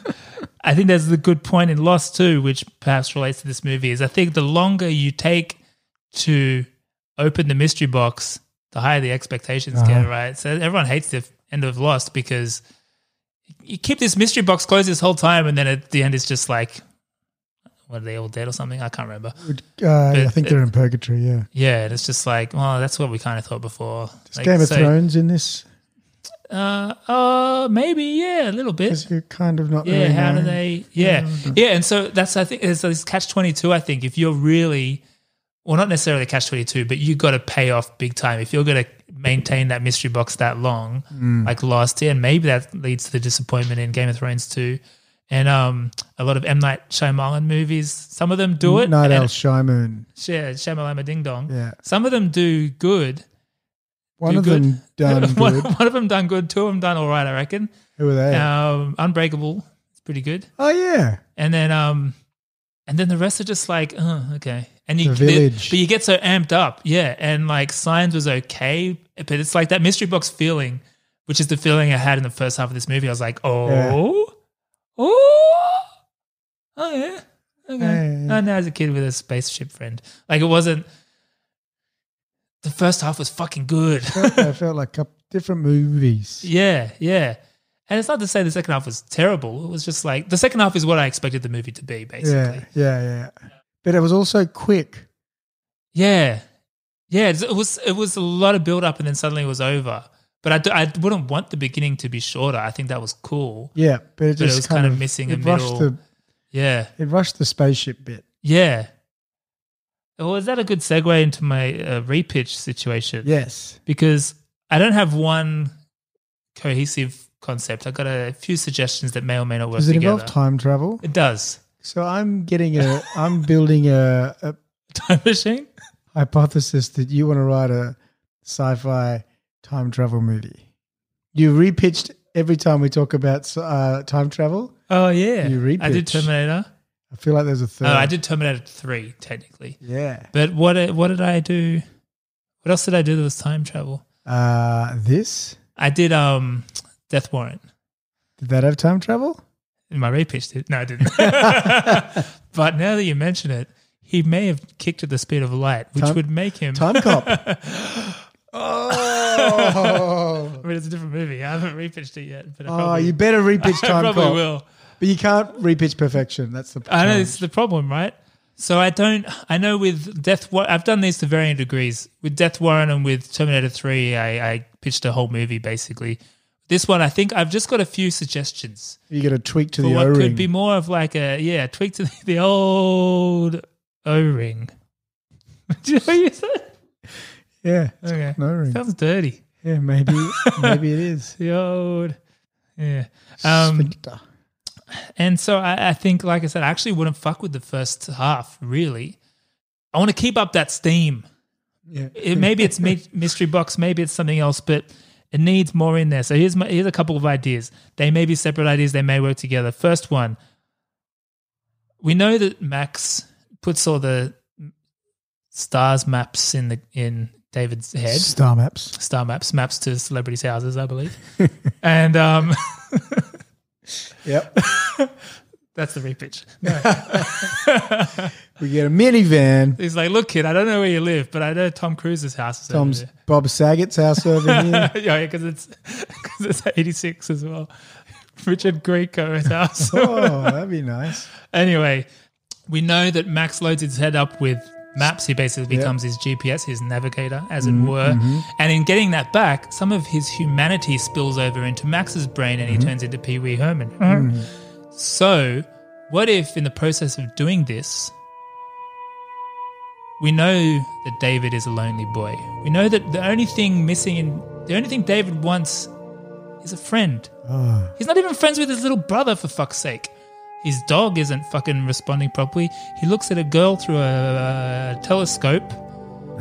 (laughs) I think there's the good point in Lost too, which perhaps relates to this movie. Is I think the longer you take to open the mystery box, the higher the expectations Uh-huh. get. Right, so everyone hates the end of Lost because you keep this mystery box closed this whole time, and then at the end it's just like, what are they all dead or something? I can't remember. Uh, I But think it- they're in purgatory. Yeah, Yeah, and it's just like, well, that's what we kind of thought before. Like, Game of so- Thrones in this. Uh, uh, maybe yeah, a little bit. Because you're kind of not. Yeah, really how do knowing. they? Yeah, yeah, and so that's I think there's this catch twenty two. I think if you're really, well, not necessarily catch twenty two, but you got to pay off big time if you're going to maintain that mystery box that long, Mm. like last year, and maybe that leads to the disappointment in Game of Thrones too, and um, a lot of M Night Shyamalan movies. Some of them do it. Night and- Owl Shymoon. Yeah, Shyamalama Ding Dong. Yeah. some of them do good. One do of good. them (laughs) done one, good. one of them done good. Two of them done all right, I reckon. Who are they? Um, Unbreakable, it's pretty good. oh yeah, And then, um, and then the rest are just like, oh, okay. And you, The Village. but you get so amped up, yeah. And like Signs was okay, but it's like that mystery box feeling, which is the feeling I had in the first half of this movie. I was like, oh, oh, oh yeah. Okay. Yeah, yeah, yeah. Oh, no, as a kid with a spaceship friend. Like it wasn't. The first half was fucking good. I felt like a different movies. Yeah, yeah. And it's not to say the second half was terrible. It was just like the second half is what I expected the movie to be, Yeah, basically. yeah, yeah. But it was also quick. Yeah, yeah. It was it was a lot of build up, and then suddenly it was over. But I, do, I wouldn't want the beginning to be shorter. I think that was cool. Yeah, but it just But it was kind, kind of, of missing a It rushed middle. the Yeah, it rushed the spaceship bit. yeah. Well, is that a good segue into my uh, repitch situation? Yes, because I don't have one cohesive concept. I got a few suggestions that may or may not work does it together. involve time travel? It does. So I'm getting a I'm building a, a Time machine. hypothesis that you want to write a sci-fi time travel movie. You repitched every time we talk about uh, time travel. Oh yeah, You read I did bitch. Terminator. I feel like there's a third. Oh, I did Terminator three technically. Yeah. But what uh, what did I do? What else did I do that was time travel? Uh, this I did um Death Warrant. did that have time travel? My repitch did. No, I (laughs) didn't. but now that you mention it, he may have kicked at the speed of light, which Time- would make him. Time (laughs) cop. I mean, it's a different movie. I haven't repitched it yet. But I Oh, probably, you better (laughs) repitch I time probably cop. will. But you can't repitch perfection. That's the I know challenge. this is the problem, right? So I don't. I know with Death War, I've done these to varying degrees. With Death Warrant and with Terminator Three, I, I pitched a whole movie basically. This one, I think I've just got a few suggestions You got to tweak to for the what O could be ring. more of like a yeah tweak to the, the old O (laughs) ring. Do you know what you said? Yeah, Okay, no ring. sounds dirty. (laughs) Yeah, maybe maybe it is. The old yeah. Um, Sphincter. And so I, I think, like I said, I actually wouldn't fuck with the first half, really. I want to keep up that steam. Yeah. It, maybe it's mi- mystery box, maybe it's something else, but it needs more in there. So here's my, here's a couple of ideas. They may be separate ideas. They may work together. First one, we know that Max puts all the stars maps in the in David's head Star maps. star maps, maps to celebrities' houses, I believe. and um, (laughs) Yep. that's the repitch. We get (laughs) a minivan. He's like, look, kid, I don't know where you live, but I know Tom Cruise's house is Tom's over Bob Saget's (laughs) house over here. there. (laughs) yeah, because it's (laughs) because it's eighty six as well. Richard Grieco's house. Oh, that'd be nice. anyway, we know that Max loads his head up with maps. He basically becomes his GPS, his navigator, as it were. And in getting that back, some of his humanity spills over into Max's brain, and he turns into Pee Wee Herman. So, what if in the process of doing this? We know that David is a lonely boy. We know that the only thing missing in the only thing David wants He's a friend. He's not even friends with his little brother, for fuck's sake. His dog isn't fucking responding properly. He looks at a girl through a, uh telescope,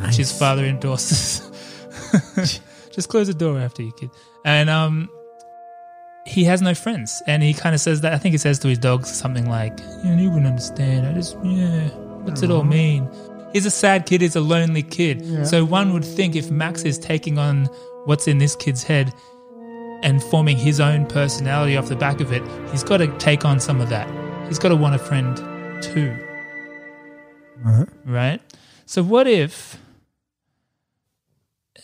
which his father endorses. (laughs) Just close the door after you, kid. And um, he has no friends. And he kind of says that. I think he says to his dog something like, you, know, you wouldn't understand. I just, yeah, what's it all mean? He's a sad kid. He's a lonely kid. So one would think if Max is taking on what's in this kid's head, and forming his own personality off the back of it, he's got to take on some of that. He's got to want a friend too. Right? So, what if,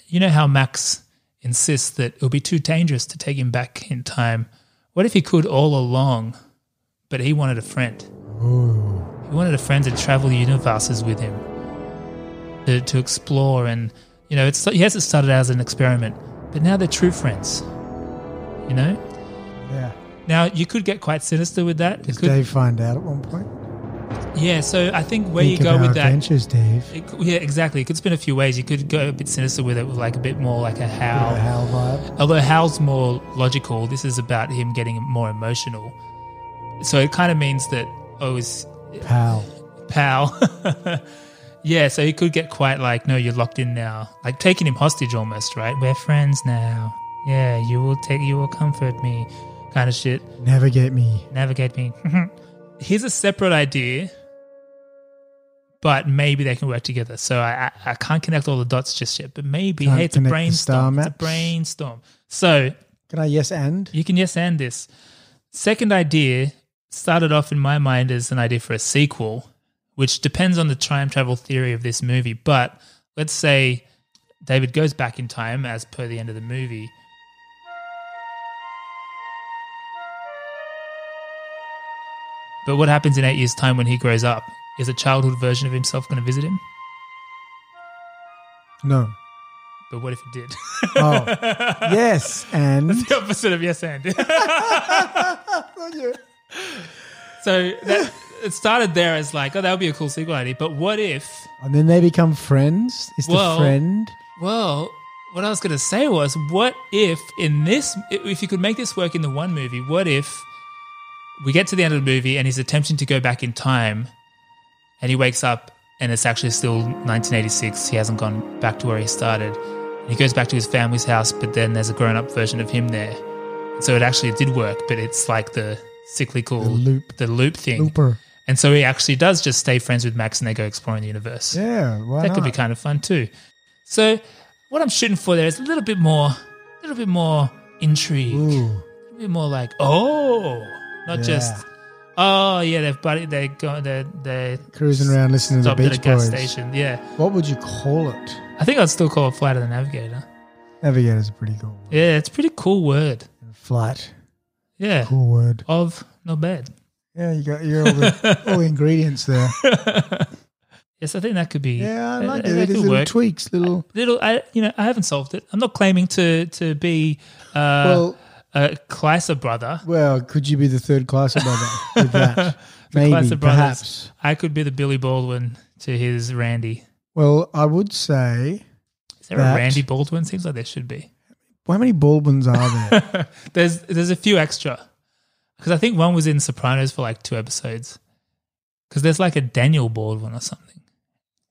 you know, how Max insists that it would be too dangerous to take him back in time? What if he could all along, but he wanted a friend? He wanted a friend to travel universes with him, to, to explore. And, you know, it's, yes, it started out as an experiment, but now they're true friends you know. Yeah. Now you could get quite sinister with that. It Does could- Dave find out at one point? yeah, so I think where Think you of go our with that, Adventures, Dave. it, could- yeah, exactly. It could spin a few ways. You could go a bit sinister with it, with like a bit more like a howl. The Hal vibe. Although howl's more logical, this is about him getting more emotional. So it kind of means that oh, is Pal. pal. (laughs) yeah, so he could get quite like, no, you're locked in now. Like taking him hostage almost, right? We're friends now. Yeah, you will take, you will comfort me, kind of shit. Navigate me. navigate me. Mm-hmm. Here's a separate idea, but maybe they can work together. So I, I, I can't connect all the dots just yet, but maybe Can't hey, it's a connect the star brainstorm. It's a maps. brainstorm. So Can I yes and? you can yes and this. Second idea started off in my mind as an idea for a sequel, which depends on the time travel theory of this movie. But let's say David goes back in time as per the end of the movie. But what happens in eight years' time when he grows up? Is a childhood version of himself going to visit him? No. But what if it did? (laughs) Oh. yes and. the opposite of yes and. So that it started there as like, oh, that would be a cool sequel idea. But what if? And then they become friends. Is Well- the friend. Well, what I was going to say was, what if in this, if you could make this work in the one movie, what if we get to the end of the movie and he's attempting to go back in time, and he wakes up and it's actually still 1986. He hasn't gone back to where he started. And he goes back to his family's house, but then there's a grown-up version of him there. So it actually did work, but it's like the cyclical the loop. the loop thing. Looper. And so he actually does just stay friends with Max and they go exploring the universe. Yeah. Why that not? could be kind of fun too. So what I'm shooting for there is a little bit more, a little bit more intrigue, Ooh. a little bit more like oh, not Yeah. just oh yeah they've buddy they go they they Cruising around listening to the stopped at a Beach gas Boys. station. Yeah, What would you call it? I think I'd still call it Flight of the Navigator. Navigator's a pretty cool word. Yeah, it's a pretty cool word. Flight. Yeah, Cool word. of not bad. Yeah, you got your (laughs) all the, all the ingredients there. Yes, I think that could be. Yeah, I that- like that it. It is could little work. tweaks, little. little I, you know i haven't solved it i'm not claiming to to be uh, well, a Kleiser brother well, could you be the third class (laughs) above that? With that? Maybe, Kleiser perhaps. i could be the billy baldwin to his randy Well, I would say, is there That- a randy baldwin seems like there should be well, how many Baldwins (laughs) are there? there's there's a few extra because i think one was in sopranos for like two episodes because there's like a daniel baldwin or something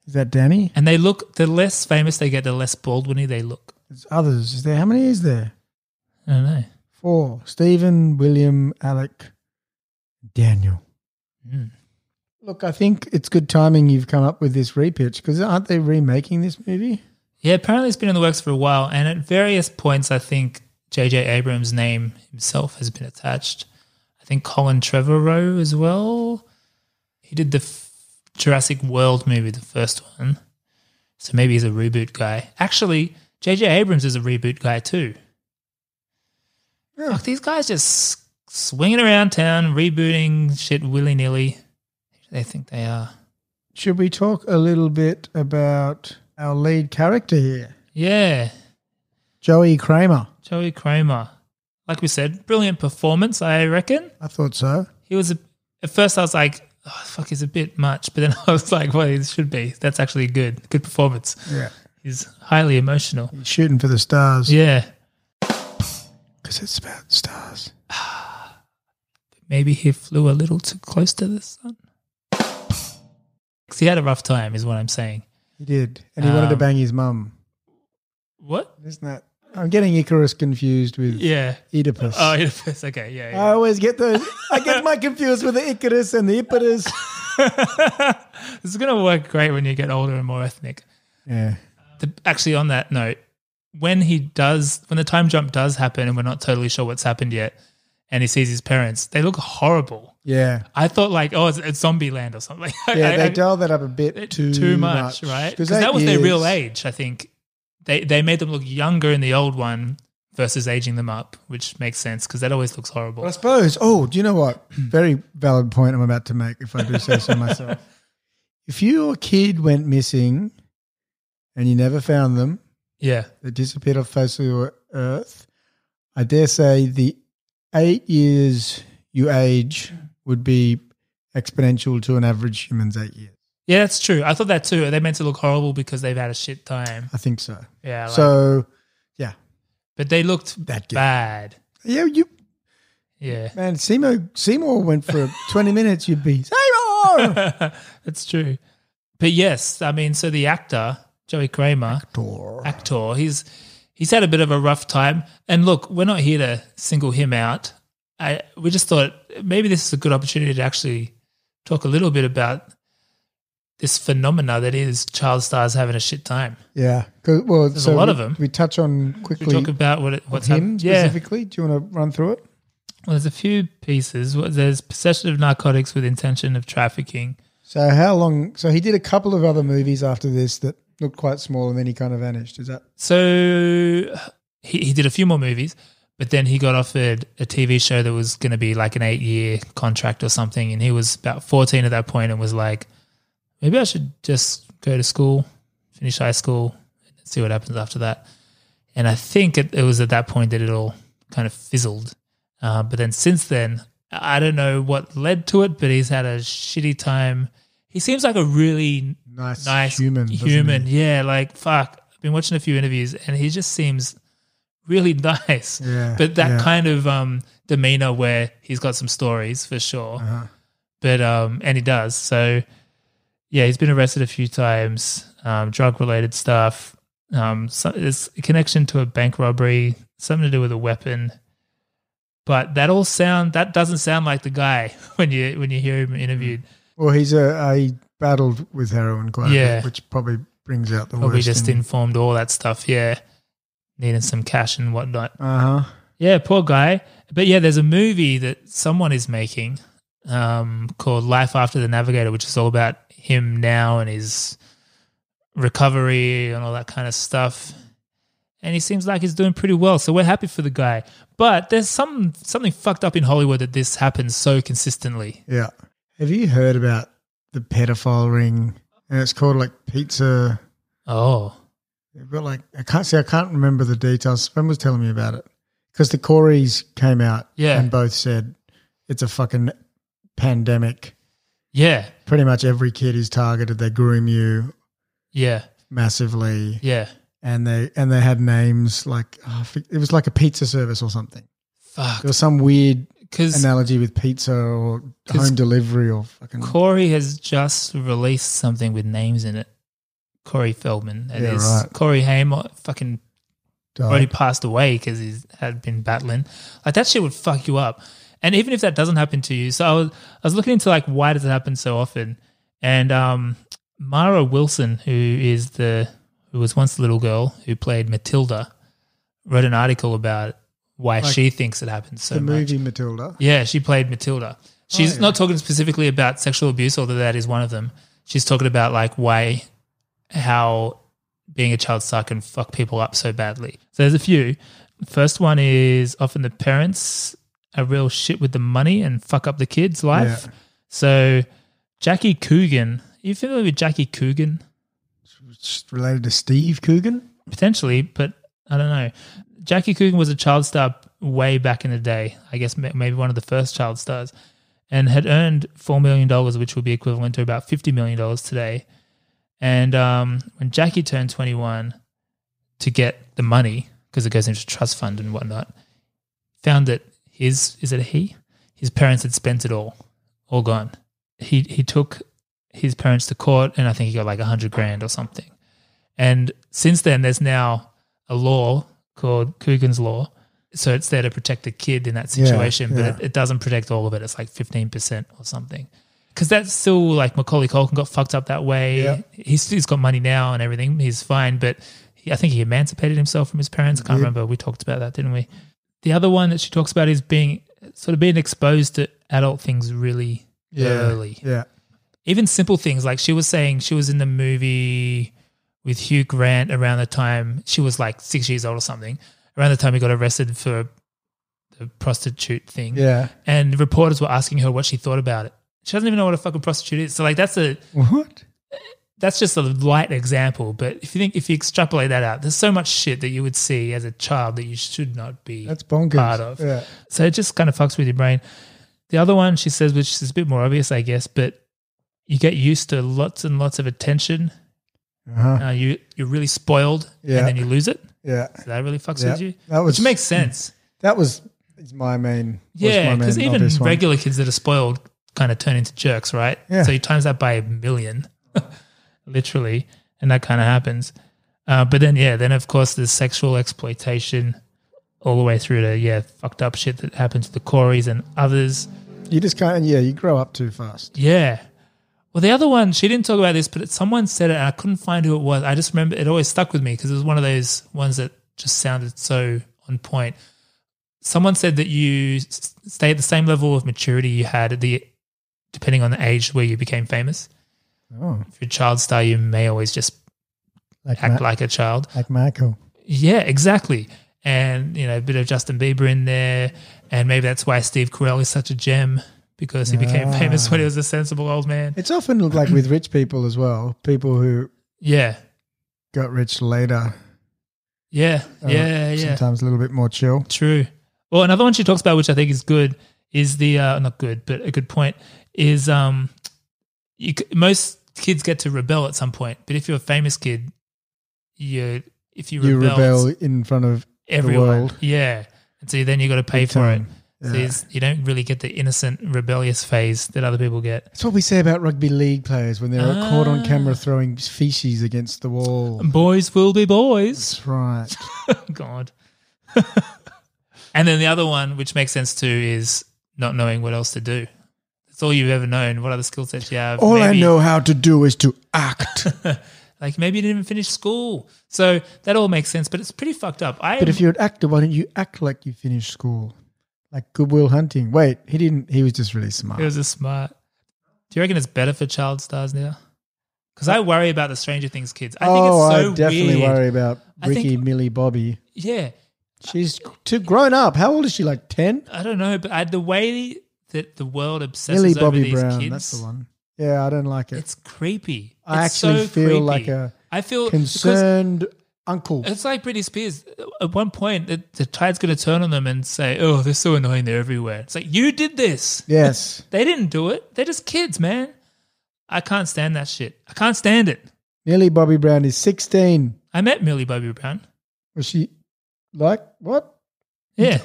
Is that Danny? and they look the less famous they get the less baldwin they look There's others. Is there? How many is there? i don't know Four. Stephen, William, Alec, Daniel. Hmm. Look, I think it's good timing you've come up with this repitch because aren't they remaking this movie? Yeah, apparently it's been in the works for a while, and at various points, I think J.J. Abrams' name himself has been attached. I think Colin Trevorrow as well. He did the f- Jurassic World movie, the first one, so maybe he's a reboot guy. Actually, J.J. Abrams is a reboot guy too. Fuck, these guys just s- swinging around town, rebooting shit willy nilly. They think they are. Should we talk a little bit about our lead character here, Yeah, Joey Kramer? Joey Kramer. Like we said, brilliant performance, I reckon. I thought so. he was a, at first I was like, oh, fuck, he's a bit much, but then (laughs) I was like, well, he should be. That's actually good, good performance. Yeah. He's highly emotional. Shooting for the stars. Yeah, Because because it's about stars. Maybe he flew a little too close to the sun. 'Cause he had a rough time, is what I'm saying. He did, and he wanted to Um, bang his mum. What? Isn't that? I'm getting Icarus confused with Yeah. Oedipus. Oh, (laughs) Oedipus. Okay. Yeah. I yeah. always get those. I get my confused with the Icarus and (laughs) the Icarus. this is going to work great when you get older and more ethnic. Yeah. The, actually, on that note, when he does, when the time jump does happen and we're not totally sure what's happened yet, and he sees his parents, they look horrible. Yeah. I thought, like, oh, it's, it's Zombie Land or something. (laughs) Yeah, I- they I- dial that up a bit it- too, much, right? Because eight that was their years- real age, I think. They they made them look younger in the old one versus aging them up, which makes sense because that always looks horrible. But I suppose. Oh, do you (clears throat) know what? Very valid point I'm about to make, if I do say (laughs) so myself. If your kid went missing and you never found them, yeah, they disappeared off the face of the earth, I dare say the eight years you age would be exponential to an average human's eight years. yeah, that's true. I thought that too. They meant to look horrible because they've had a shit time. I think so. Yeah, like- so, yeah. but they looked That kid. bad. Yeah, you Yeah, Man, Seymour Seymour (laughs) went for 20 minutes. You'd be Seymour. that's true. But yes, I mean, so the actor Joey Kramer, actor. He's he's had a bit of a rough time. And look, we're not here to single him out. I we just thought maybe this is a good opportunity to actually talk a little bit about this phenomena that is child stars having a shit time. Yeah, 'Cause- well, There's so a lot we, of 'em. We touch on We quickly talk about what it, what's him happened. Yeah, specifically. Do you want to run through it? well, there's a few pieces. Well, There's possession of narcotics with intention of trafficking. So how long? So he did a couple of other movies after this that looked quite small, and then he kind of vanished. Is that So he, he did a few more movies, but then he got offered a TV show that was going to be like an eight year contract or something. And he was about 14 at that point and was like, maybe I should just go to school, finish high school, and see what happens after that. And I think it, it was at that point that it all kind of fizzled. Uh, but then since then, I don't know what led to it, but he's had a shitty time. He seems like a really Nice nice human, doesn't Human, yeah. Like fuck, I've been watching a few interviews, and he just seems really (laughs) nice. Yeah, But that yeah. kind of um, demeanor where he's got some stories for sure. Uh-huh. But um, and he does. So yeah, he's been arrested a few times, um, drug related stuff. Um, so there's a connection to a bank robbery, something to do with a weapon. But that all sound that doesn't sound like the guy (laughs) when you when you hear him interviewed. well, he's a, uh, he battled with heroin quite a Yeah. bit, which probably brings out the Probably worst. just in, informed all that stuff. Yeah, needing some cash and whatnot. uh huh. Yeah, poor guy. But yeah, there's a movie that someone is making um, called Life After the Navigator, which is all about him now and his recovery and all that kind of stuff. And he seems like he's doing pretty well, so we're happy for the guy. But there's some something fucked up in Hollywood that this happens so consistently. Yeah. Have you heard about the pedophile ring? And it's called like pizza. Oh, But like, I can't see. I can't remember the details. Someone was telling me about it because the Coreys came out, Yeah. and both said it's a fucking pandemic. yeah, Pretty much every kid is targeted. They groom you yeah, massively, yeah. and they and they had names like oh, I think- it was like a pizza service or something. Fuck, There was some weird because analogy with pizza or 'Cause- home delivery or fucking Corey has just released something with names in it. Corey Feldman. It is Yeah, right. Corey Haim uh, fucking dog. already passed away because he had been battling. Like that shit would fuck you up. And even if that doesn't happen to you, so I was I was looking into like why does it happen so often? And um, Mara Wilson, who is the who was once the little girl who played Matilda, wrote an article about why she thinks it happens so the much. movie Matilda. Oh, Yeah, she played Matilda. She's not talking specifically about sexual abuse, although that is one of them. She's talking about like why, how being a child star can fuck people up so badly. So there's a few. First one is often the parents are real shit with the money and fuck up the kid's life. Yeah. So Jackie Coogan, you familiar with Jackie Coogan? It's related to Steve Coogan. potentially, but I don't know. Jackie Coogan was a child star way back in the day. I guess ma- maybe one of the first child stars, and had earned four million dollars, which would be equivalent to about fifty million dollars today. And um, when Jackie turned twenty-one, to get the money because it goes into trust fund and whatnot, found that his is it a he? His parents had spent it all, all gone. He he took his parents to court, and I think he got like a hundred grand or something. And since then, there's now a law called Coogan's Law. So it's there to protect the kid in that situation, but it, it doesn't protect all of it. It's like 15% or something. Because that's still like Macaulay Culkin got fucked up that way. He's, he's got money now and everything. He's fine, but he, I think he emancipated himself from his parents. I can't remember. We talked about that, didn't we? The other one that she talks about is being sort of being exposed to adult things really early Yeah. (laughs) even simple things like she was saying she was in the movie with Hugh Grant around the time she was like six years old or something around the time he got arrested for the prostitute thing Yeah. and reporters were asking her what she thought about it she doesn't even know what a fucking prostitute is so like that's a What? that's just a light example but if you think if you extrapolate that out there's so much shit that you would see as a child that you should not be That's bonkers. part of Yeah. so it just kind of fucks with your brain. The other one she says, which is a bit more obvious, I guess, but you get used to lots and lots of attention. Uh-huh. Uh, you you're really spoiled, Yeah. and then you lose it. Yeah. So that really fucks Yeah. with you. That was- which makes sense. That was is my main. was Yeah, my main because even obvious one. regular kids that are spoiled kind of turn into jerks, right? Yeah. So you times that by a million, (laughs) literally, and that kind of happens. Uh, but then, yeah, then of course there's sexual exploitation, all the way through to yeah, fucked up shit that happened to the Coreys and others. You just can't. Yeah, you grow up too fast. Yeah. Well, the other one, she didn't talk about this, but someone said it, and I couldn't find who it was. I just remember it always stuck with me because it was one of those ones that just sounded so on point. Someone said that you s- stay at the same level of maturity you had at the, depending on the age where you became famous. Oh, If you're a child star, you may always just like act Ma- like a child. like Michael. Yeah, exactly. And you know, a bit of Justin Bieber in there, and maybe that's why Steve Carell is such a gem because he became famous when he was a sensible old man. It's often like with rich people as well. People who Yeah. got rich later. Yeah, are yeah, yeah. Oh, Sometimes a little bit more chill. True. Well, another one she talks about, which I think is good, is the uh, not good, but a good point is um, you, c- most kids get to rebel at some point, but if you're a famous kid, you if you You rebel, rebel it's in front of everyone, the world. yeah, and so then you got to pay for it. time. So it's- you don't really get the innocent rebellious phase that other people get. That's what we say about rugby league players when they're caught on Ah. camera throwing feces against the Um, wall. Boys will be boys. That's right. God. (laughs) and then the other one, which makes sense too, is not knowing what else to do. That's all you've ever known. What other skill sets you have? All I Maybe- know how to do is to act. (laughs) like maybe you didn't even finish school, so that all makes sense. But it's pretty fucked up. I but if you're an actor, why don't you act like you finished school? Like Goodwill Hunting. Wait, he didn't. He was just really smart. it was a smart. Do you reckon it's better for child stars now? Because I worry about the Stranger Things kids. I oh, think it's so I definitely weird. worry about I Ricky, think- Millie, Bobby. Yeah, She's too grown up. How old is she? Like ten? I don't know, but I, the way that the world obsesses Millie over Bobby these Brown. kids, That's the one. Yeah, I don't like it. It's creepy. I It's actually so feel creepy. like a I feel because Concerned uncle. It's like Britney Spears. At one point, the, the tide's going to turn on them and say, "Oh, they're so annoying. They're everywhere." It's like you did this. Yes. They didn't do it. They're just kids, man. I can't stand that shit. I can't stand it. Millie Bobby Brown is sixteen. I met Millie Bobby Brown. Was she like what? Yeah,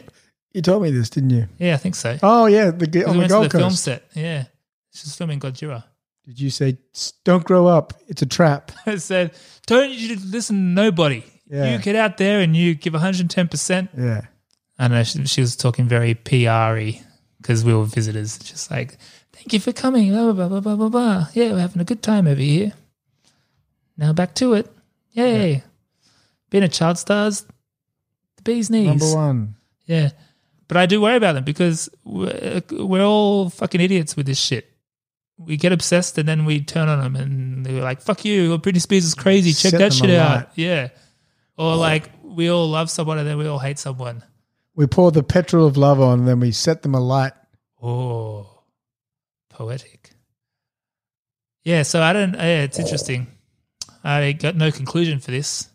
You told me this, didn't you? yeah, I think so. Oh yeah, the g- we on the went Gold to the film Coast. set. Yeah, she's filming Godzilla. Did you say "S- don't grow up? It's a trap. (laughs) I said, "Don't you listen to nobody. Yeah. You get out there and you give 110 percent." Yeah. I don't know. She, she was talking very PR-y because we were visitors. Just like, thank you for coming. Blah, blah, blah, blah, blah, blah. Yeah, we're having a good time over here. Now back to it. Yay. Being a child star's the bee's knees. Number one. Yeah. But I do worry about them because we're, we're all fucking idiots with this shit. We get obsessed and then we turn on them and they're like, fuck you, Britney Spears is crazy. Check Set that them shit alight. out. Yeah. Or like, we all love someone and then we all hate someone. We pour the petrol of love on, then we set them alight. Oh, poetic. Yeah, so I don't. Yeah, it's interesting. I got no conclusion for this.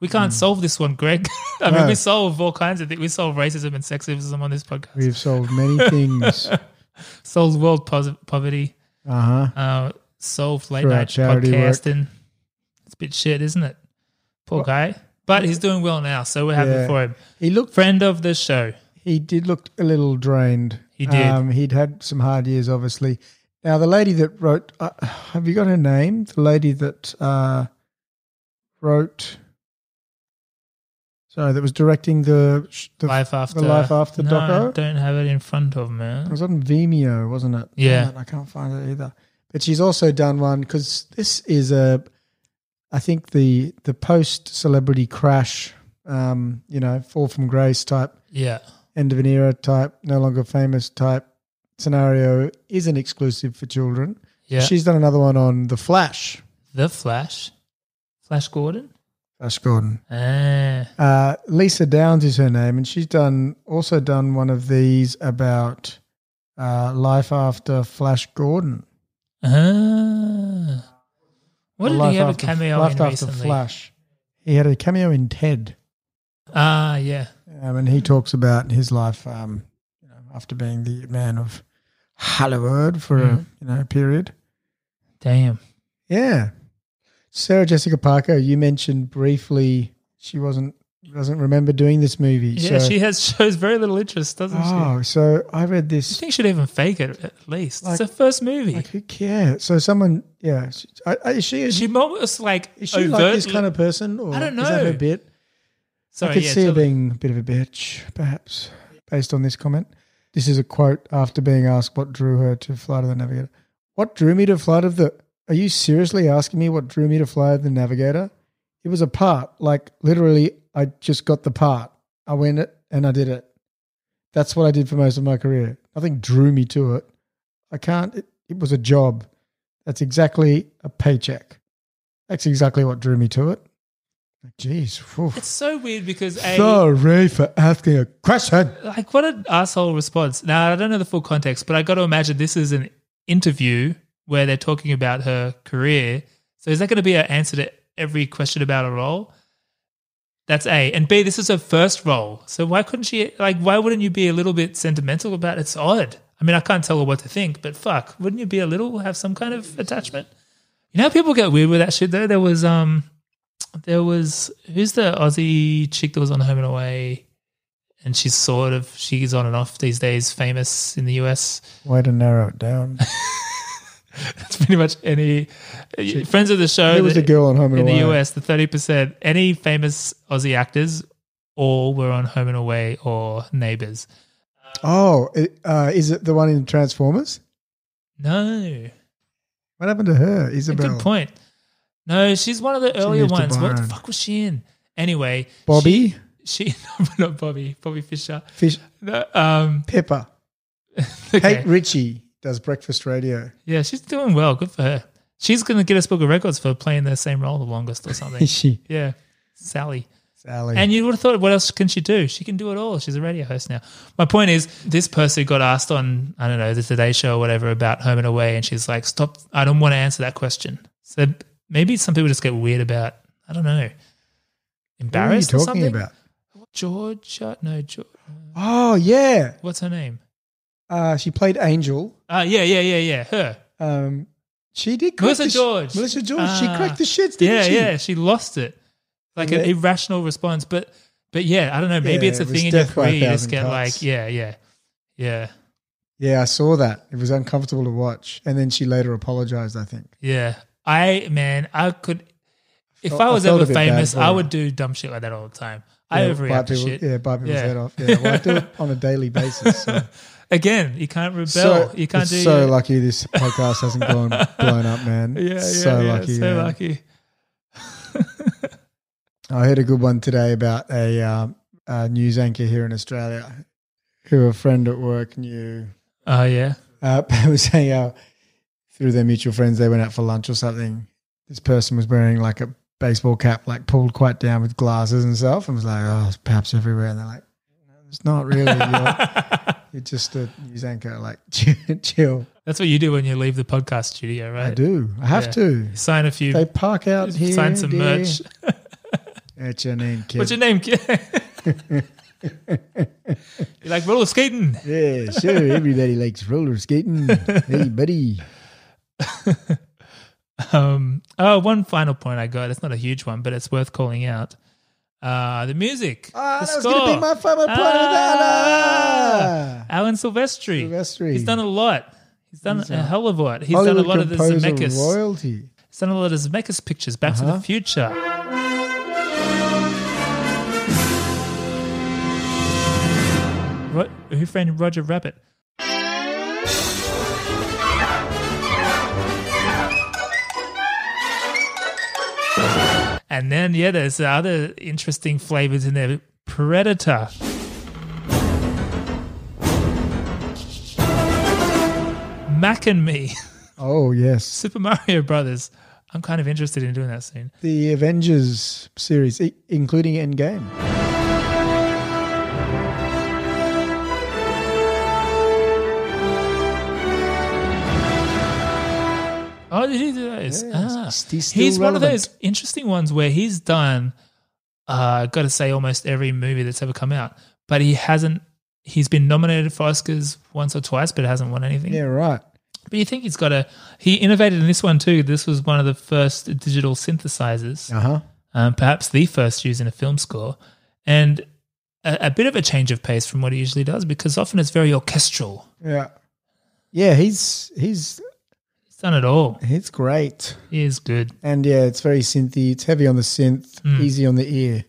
We can't solve this one, Greg. (laughs) I mean, Hmm. No. we solve all kinds of things. We solve racism and sexism on this podcast. We've (laughs) solved many things. uh solved world pos- poverty. huh. Uh, solved late Uh-huh. Through our night charity work. podcasting. It's a bit shit, isn't it? Poor guy. But he's doing well now, so we're happy Yeah. for him. He looked. Friend of the show. He he did look a little drained. Um, He did. he'd had some hard years, obviously. Now, the lady that wrote, uh, have you got her name? The lady that uh, wrote, sorry, that was directing the sh- the life after the life after no, I doco. don't have it in front of me. It was on Vimeo, wasn't it? Yeah. Damn it, I can't find it either. But she's also done one because this is a, I think the the post celebrity crash, um, you know, fall from grace type Yeah, end of an era type, no longer famous type scenario isn't exclusive for children. yeah. She's done another one on The Flash, the Flash, Flash Gordon. Flash Gordon. Ah, Uh, Lisa Downs is her name, and she's done also done one of these about uh, life after Flash Gordon. ah. What Or did life he have a after- cameo life in after recently? Flash. He had a cameo in Ted, Ah, yeah. um, and he talks about his life um, you know, after being the man of Hollywood for Mm-hmm. a you know period. Damn. Yeah. Sarah Jessica Parker, you mentioned briefly she wasn't doesn't remember doing this movie. Yeah, so, she has (laughs) shows very little interest, doesn't she? Oh, so I read I this. think she'd even fake it at least. Like- it's her first movie. Like, who cares? So someone, yeah, she, I, I, is she, is she she, was like is she like this kind of person, or I don't is that know. her bit? Sorry, I could yeah, see her tell- being a bit of a bitch, perhaps, based on this comment. This is a quote after being asked what drew her to Flight of the Navigator. What drew me to Flight of the. Are you seriously asking me what drew me to Flight of the Navigator? It was a part. Like, literally, I just got the part. I went it and I did it. That's what I did for most of my career. Nothing drew me to it. I can't. It, it was a job. That's exactly a paycheck. That's exactly what drew me to it. Jeez. whew. It's so weird because a Sorry for asking a question. like what an asshole response. Now I don't know the full context, but I got to imagine this is an interview where they're talking about her career. So is that going to be her answer to every question about a role? That's A. And B, this is her first role. So why couldn't she like why wouldn't you be a little bit sentimental about it? It's odd. I mean, I can't tell her what to think, but fuck, wouldn't you be a little have some kind of attachment? You know how people get weird with that shit though? There was um there was who's the Aussie chick that was on Home and Away? and she's sort of she's on and off these days, famous in the (laughs) US. Way to narrow it down. That's pretty much any friends of the show. There was that- a girl on Home and in the Away. US. The thirty percent, any famous Aussie actors, all were on Home and Away or Neighbours. (laughs) Oh, it, uh, is it the one in Transformers? No, What happened to her, Isabel? good point. No, she's one of the earlier moved to ones. What the Byron. fuck was she in? Anyway, Bobby, she, (laughs) she no, not Bobby, Bobby Fisher. Fish, No, um, Pepper, okay. Kate Ritchie does breakfast radio. yeah, she's doing well. Good for her. She's gonna get us book of records for playing the same role the longest or (laughs) something. Is she Yeah, Sally. Sally? And you would have thought, what else can she do? She can do it all. She's a radio host now. My point is, this person got asked on, I don't know, the Today Show or whatever about Home and Away, and she's like, stop, I don't want to answer that question. So maybe some people just get weird about, I don't know, Who are you embarrassed talking or something. about? Georgia, no, Geor Oh yeah, what's her name? uh, she played Angel. Ah, yeah, yeah, yeah, yeah, her. Um, she did. crack Melissa the sh- George. Melissa George. she Ah. cracked the shits, didn't Yeah, she? yeah, she lost it. Like an Yeah. irrational response. But, but yeah, I don't know. Maybe Yeah, it's a it was thing in your death by a career. You just thousand get cuts. like, yeah, yeah, yeah, Yeah, I saw that. It was uncomfortable to watch, and then she later apologized. I think. Yeah. I man, I could if felt- I I was felt a ever bit bad famous, for I her. would do dumb shit like that all the time. I Yeah, overreact bite to people, shit. Yeah, bite people's Yeah. head off. Yeah, well, I do it on a daily basis. (laughs) So. Again, you can't rebel. you can't it's do So your- lucky this podcast hasn't gone blown up, man. (laughs) Yeah, yeah, so yeah, lucky. So man. lucky. I heard a good one today about a, um, a news anchor here in Australia who a friend at work knew. Oh yeah. Uh, (laughs) was saying how through their mutual friends they went out for lunch or something. This person was wearing like a baseball cap, like pulled quite down with glasses and stuff, and was like, "Oh, it's perhaps everywhere." And they're like, "No, "It's not really. You're, (laughs) you're just a news anchor. Like, (laughs) chill." That's what you do when you leave the podcast studio, right? I do. I have Yeah. to. You sign a few They park out here. (laughs) sign some dear. merch. That's your name, kid. What's your (laughs) name? (laughs) kid? You're like roller skating. (laughs) yeah, sure. Everybody likes roller skating. hey, buddy. Um, oh, one final point I got. It's not a huge one, but it's worth calling out. Uh, the music. Ah, the that was gonna be my favorite part of that. Ah. Alan Silvestri. Silvestri. He's done a lot. He's done a hell of a lot. He's Hollywood done a lot of the composer Zemeckis. royalty. He's done a lot of Zemeckis pictures. Back to the Future. Ro- Who framed Roger Rabbit? And then yeah, there's other interesting flavors in there. Predator. Mac and me. Oh yes, Super Mario Brothers. I'm kind of interested in doing that soon. the Avengers series, i- including Endgame. Oh, did he do those? Yes, Ah. s- he's still he's one of relevant. those interesting ones where he's done, uh, got to say, almost every movie that's ever come out, but he hasn't. He's been nominated for Oscars once or twice, but hasn't won anything. Yeah, right. But you think he's got a? He innovated in this one too. This was one of the first digital synthesizers. Uh huh. um, perhaps the first used in a film score, and a, a bit of a change of pace from what he usually does because often it's very orchestral. Yeah, yeah. He's he's He's done it all. he's great. He is good. And yeah, it's very synthy. It's heavy on the synth, Hmm. easy on the ear.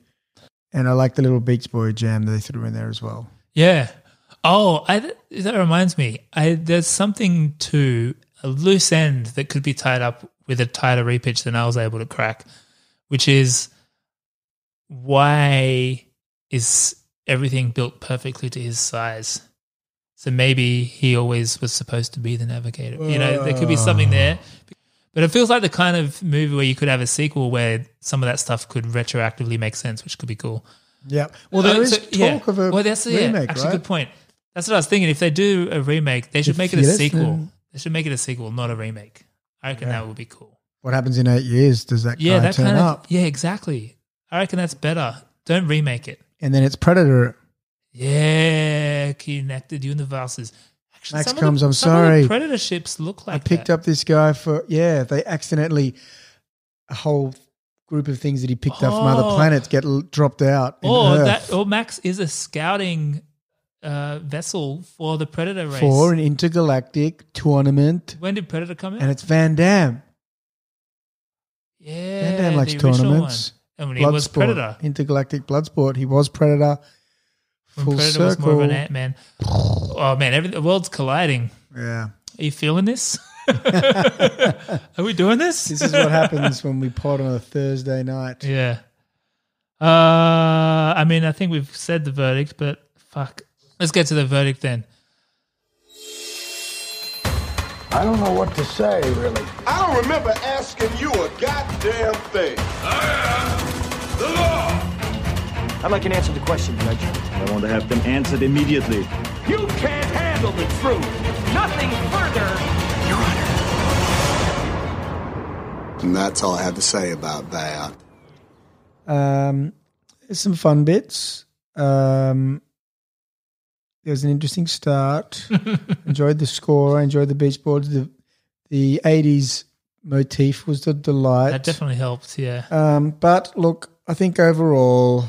And I like the little Beach Boy jam that they threw in there as well. Yeah. Oh, I, th- that reminds me. I, there's something to a loose end that could be tied up with a tighter repitch than I was able to crack, which is why is everything built perfectly to his size? So maybe he always was supposed to be the navigator. You know, there could be something there. But it feels like the kind of movie where you could have a sequel where some of that stuff could retroactively make sense, which could be cool. Yeah. Well, there Uh, is so- talk yeah. of a well, that's, yeah, remake, actually, right? good point. That's what I was thinking. If they do a remake, they should If make it a yes, sequel. then- They should make it a sequel, not a remake. I reckon that would be cool. What happens in eight years? Does that Yeah, guy that turn kind of. up? Yeah, exactly. I reckon that's better. Don't remake it. And then it's Predator. Yeah, connected universes. Actually, Max some of comes, The, "I'm some of the sorry. Predator ships look like I picked that. up this guy for, yeah, they accidentally, a whole group of things that he picked up from Oh. other planets get l- dropped out. in Or Earth Oh, that. Or Max is a scouting uh, vessel for the Predator race. for an intergalactic tournament. when did Predator come out? And it's Van Damme. yeah, Van Damme likes the original tournaments. One. And when he was Bloodsport. Predator. Intergalactic Bloodsport. He was Predator. When Full Predator was circle. more of an Ant Man. Oh man, every, the world's colliding. yeah. Are you feeling this? (laughs) Are we doing this? This is what happens when we pod on a Thursday night. yeah. Uh, I mean, I think we've said the verdict, but fuck. Let's get to the verdict then. I don't know what to say, really. I don't remember asking you a goddamn thing. I am the law. I'd like an answer to the question, Judge. I want to have them answered immediately. You can't handle the truth. Nothing further. And that's all I have to say about that. Um, there's some fun bits. Um, there's an interesting (laughs) start. enjoyed the score. I enjoyed the beach boards. The the '80s motif was a That delight. definitely helped. Yeah. Um, but look, I think overall,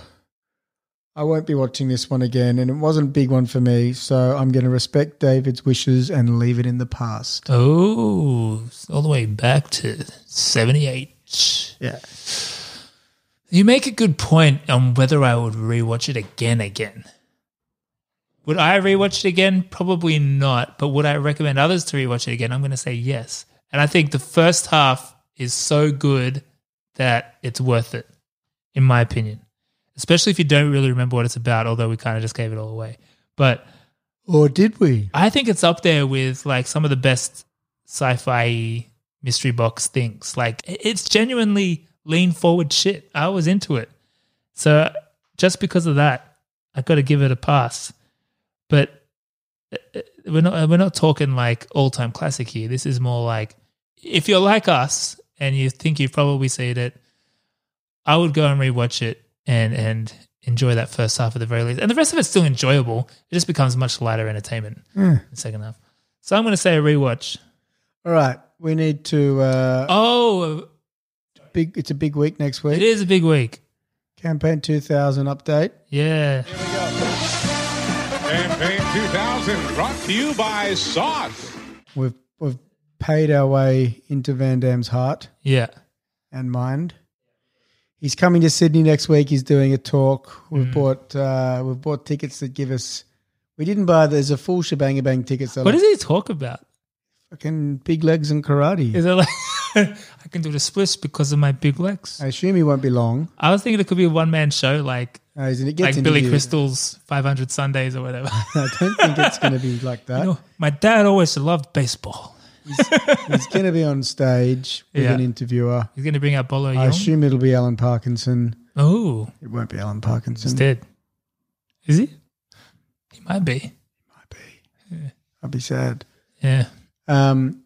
I won't be watching this one again, and it wasn't a big one for me. So I'm going to respect David's wishes and leave it in the past. Oh, all the way back to 78. Yeah. You make a good point on whether I would rewatch it again again. Would I rewatch it again? Probably not, but would I recommend others to rewatch it again? I'm going to say yes. And I think the first half is so good that it's worth it in my opinion. Especially if you don't really remember what it's about, although we kind of just gave it all away. But Or did we? I think it's up there with like some of the best sci-fi mystery box things. Like it- it's genuinely lean forward shit. I was into it. So just because of that, I got to give it a pass. But uh, uh, we're not we're not talking like all-time classic here. This is more like if you're like us and you think you've probably seen it, I would go and rewatch it and and enjoy that first half at the very least. And the rest of it's still enjoyable. It just becomes much lighter entertainment in the second half. So I'm going to say a rewatch. All right, we need to. Uh, Oh, big. It's a big week next week. it is a big week. Campaign 2000 update. Yeah. Campaign 2000 brought to you by Sauce. We've we've paid our way into Van Damme's heart Yeah. and mind. He's coming to Sydney next week. He's doing a talk. We've Mm. bought uh, we've bought tickets that give us. We didn't buy. There's a full shebang of bang tickets. What does he talk about? Fucking big legs and karate. Is it like (laughs) I can do the Swiss because of my big legs? I assume he won't be long. I was thinking it could be a one man show like No, he's- it gets like Billy interviewed. Crystal's 500 Sundays or whatever. I don't think it's going to be like that. You (laughs) know, my dad always loved baseball. He's going to be on stage with Yeah. an interviewer. He's going to bring out Bolo I Young. assume it'll be Alan Parkinson. Oh, It won't be Alan he's Parkinson. dead. Is he? He might be. I'd be sad. Yeah. Um,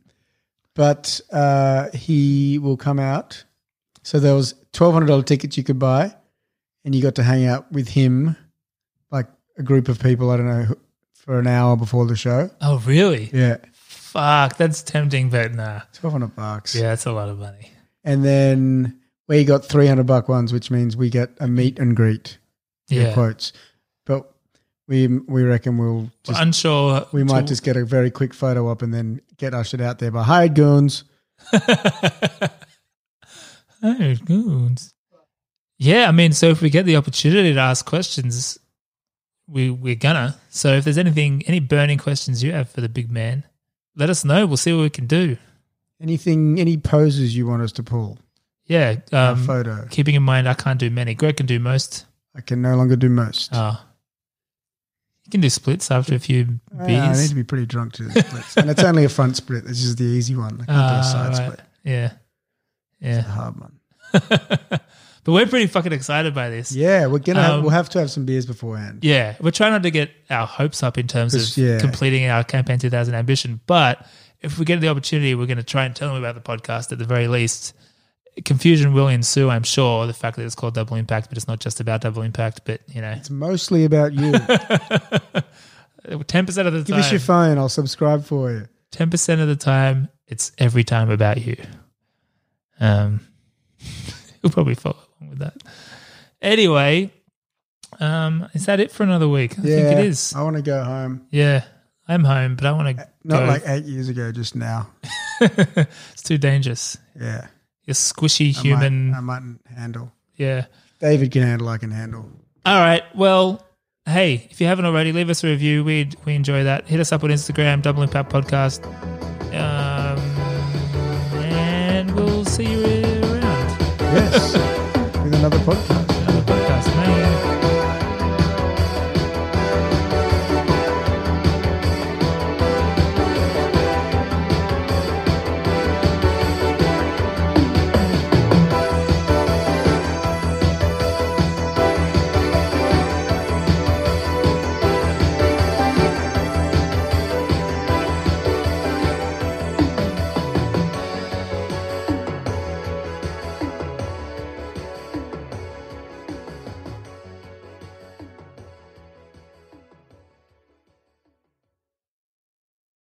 but uh, he will come out. So there was twelve hundred dollar tickets you could buy, and you got to hang out with him, like a group of people. I don't know, who- for an hour before the show. Oh, really? Yeah, Fuck, that's tempting, but nah. twelve hundred bucks. Yeah, that's a lot of money. and then we got three hundred buck ones, which means we get a meet and greet. Yeah. Yeah, quotes. But we we reckon we'll just Unsure. we might (laughs) to- just get a very quick photo up and then get ushered out there by hired goons. Oh, good. Yeah, I mean, so if we get the opportunity to ask questions, we we're gonna. So if there's anything, any burning questions you have for the big man, let us know. We'll see what we can do. Anything, any poses you want us to pull? Yeah. A Um, photo. Keeping in mind, I can't do many. Greg can do most. I can no longer do most. Oh. You can do splits after a few Ah, I need beers. to be pretty drunk to do the splits. and it's only a front split. This is the easy one. I can do a Ah, side right. split. Yeah. It's Yeah. a hard one. But we're pretty fucking excited by this. Yeah, we're gonna Um, we'll have to have some beers beforehand. Yeah, we're trying not to get our hopes up in terms of Just- yeah. completing our campaign 2000 ambition, but if we get the opportunity, we're going to try and tell them about the podcast at the very least. Confusion will ensue, I'm sure. The fact that it's called Double Impact, but it's not just about Double Impact, but you know, It's mostly (laughs) about you. ten percent of the Give time, us your phone. I'll subscribe for you. ten percent of the time, it's every time about you. Um, (laughs) you'll probably follow along with that. Anyway, um, is that it for another week? I Yeah, think it is. I want to go home. Yeah, I'm home, but I want to Uh, Not go. like (laughs) eight years ago, just now. (laughs) it's too dangerous. Yeah, You're squishy I might- um, human. I mightn't handle. yeah. David can handle. I can handle. All right. Well, hey, if you haven't already, leave us a review. We we enjoy that. Hit us up on Instagram, Double Impact Podcast, um, and we'll see you around Yes, with another podcast. another podcast. Bye.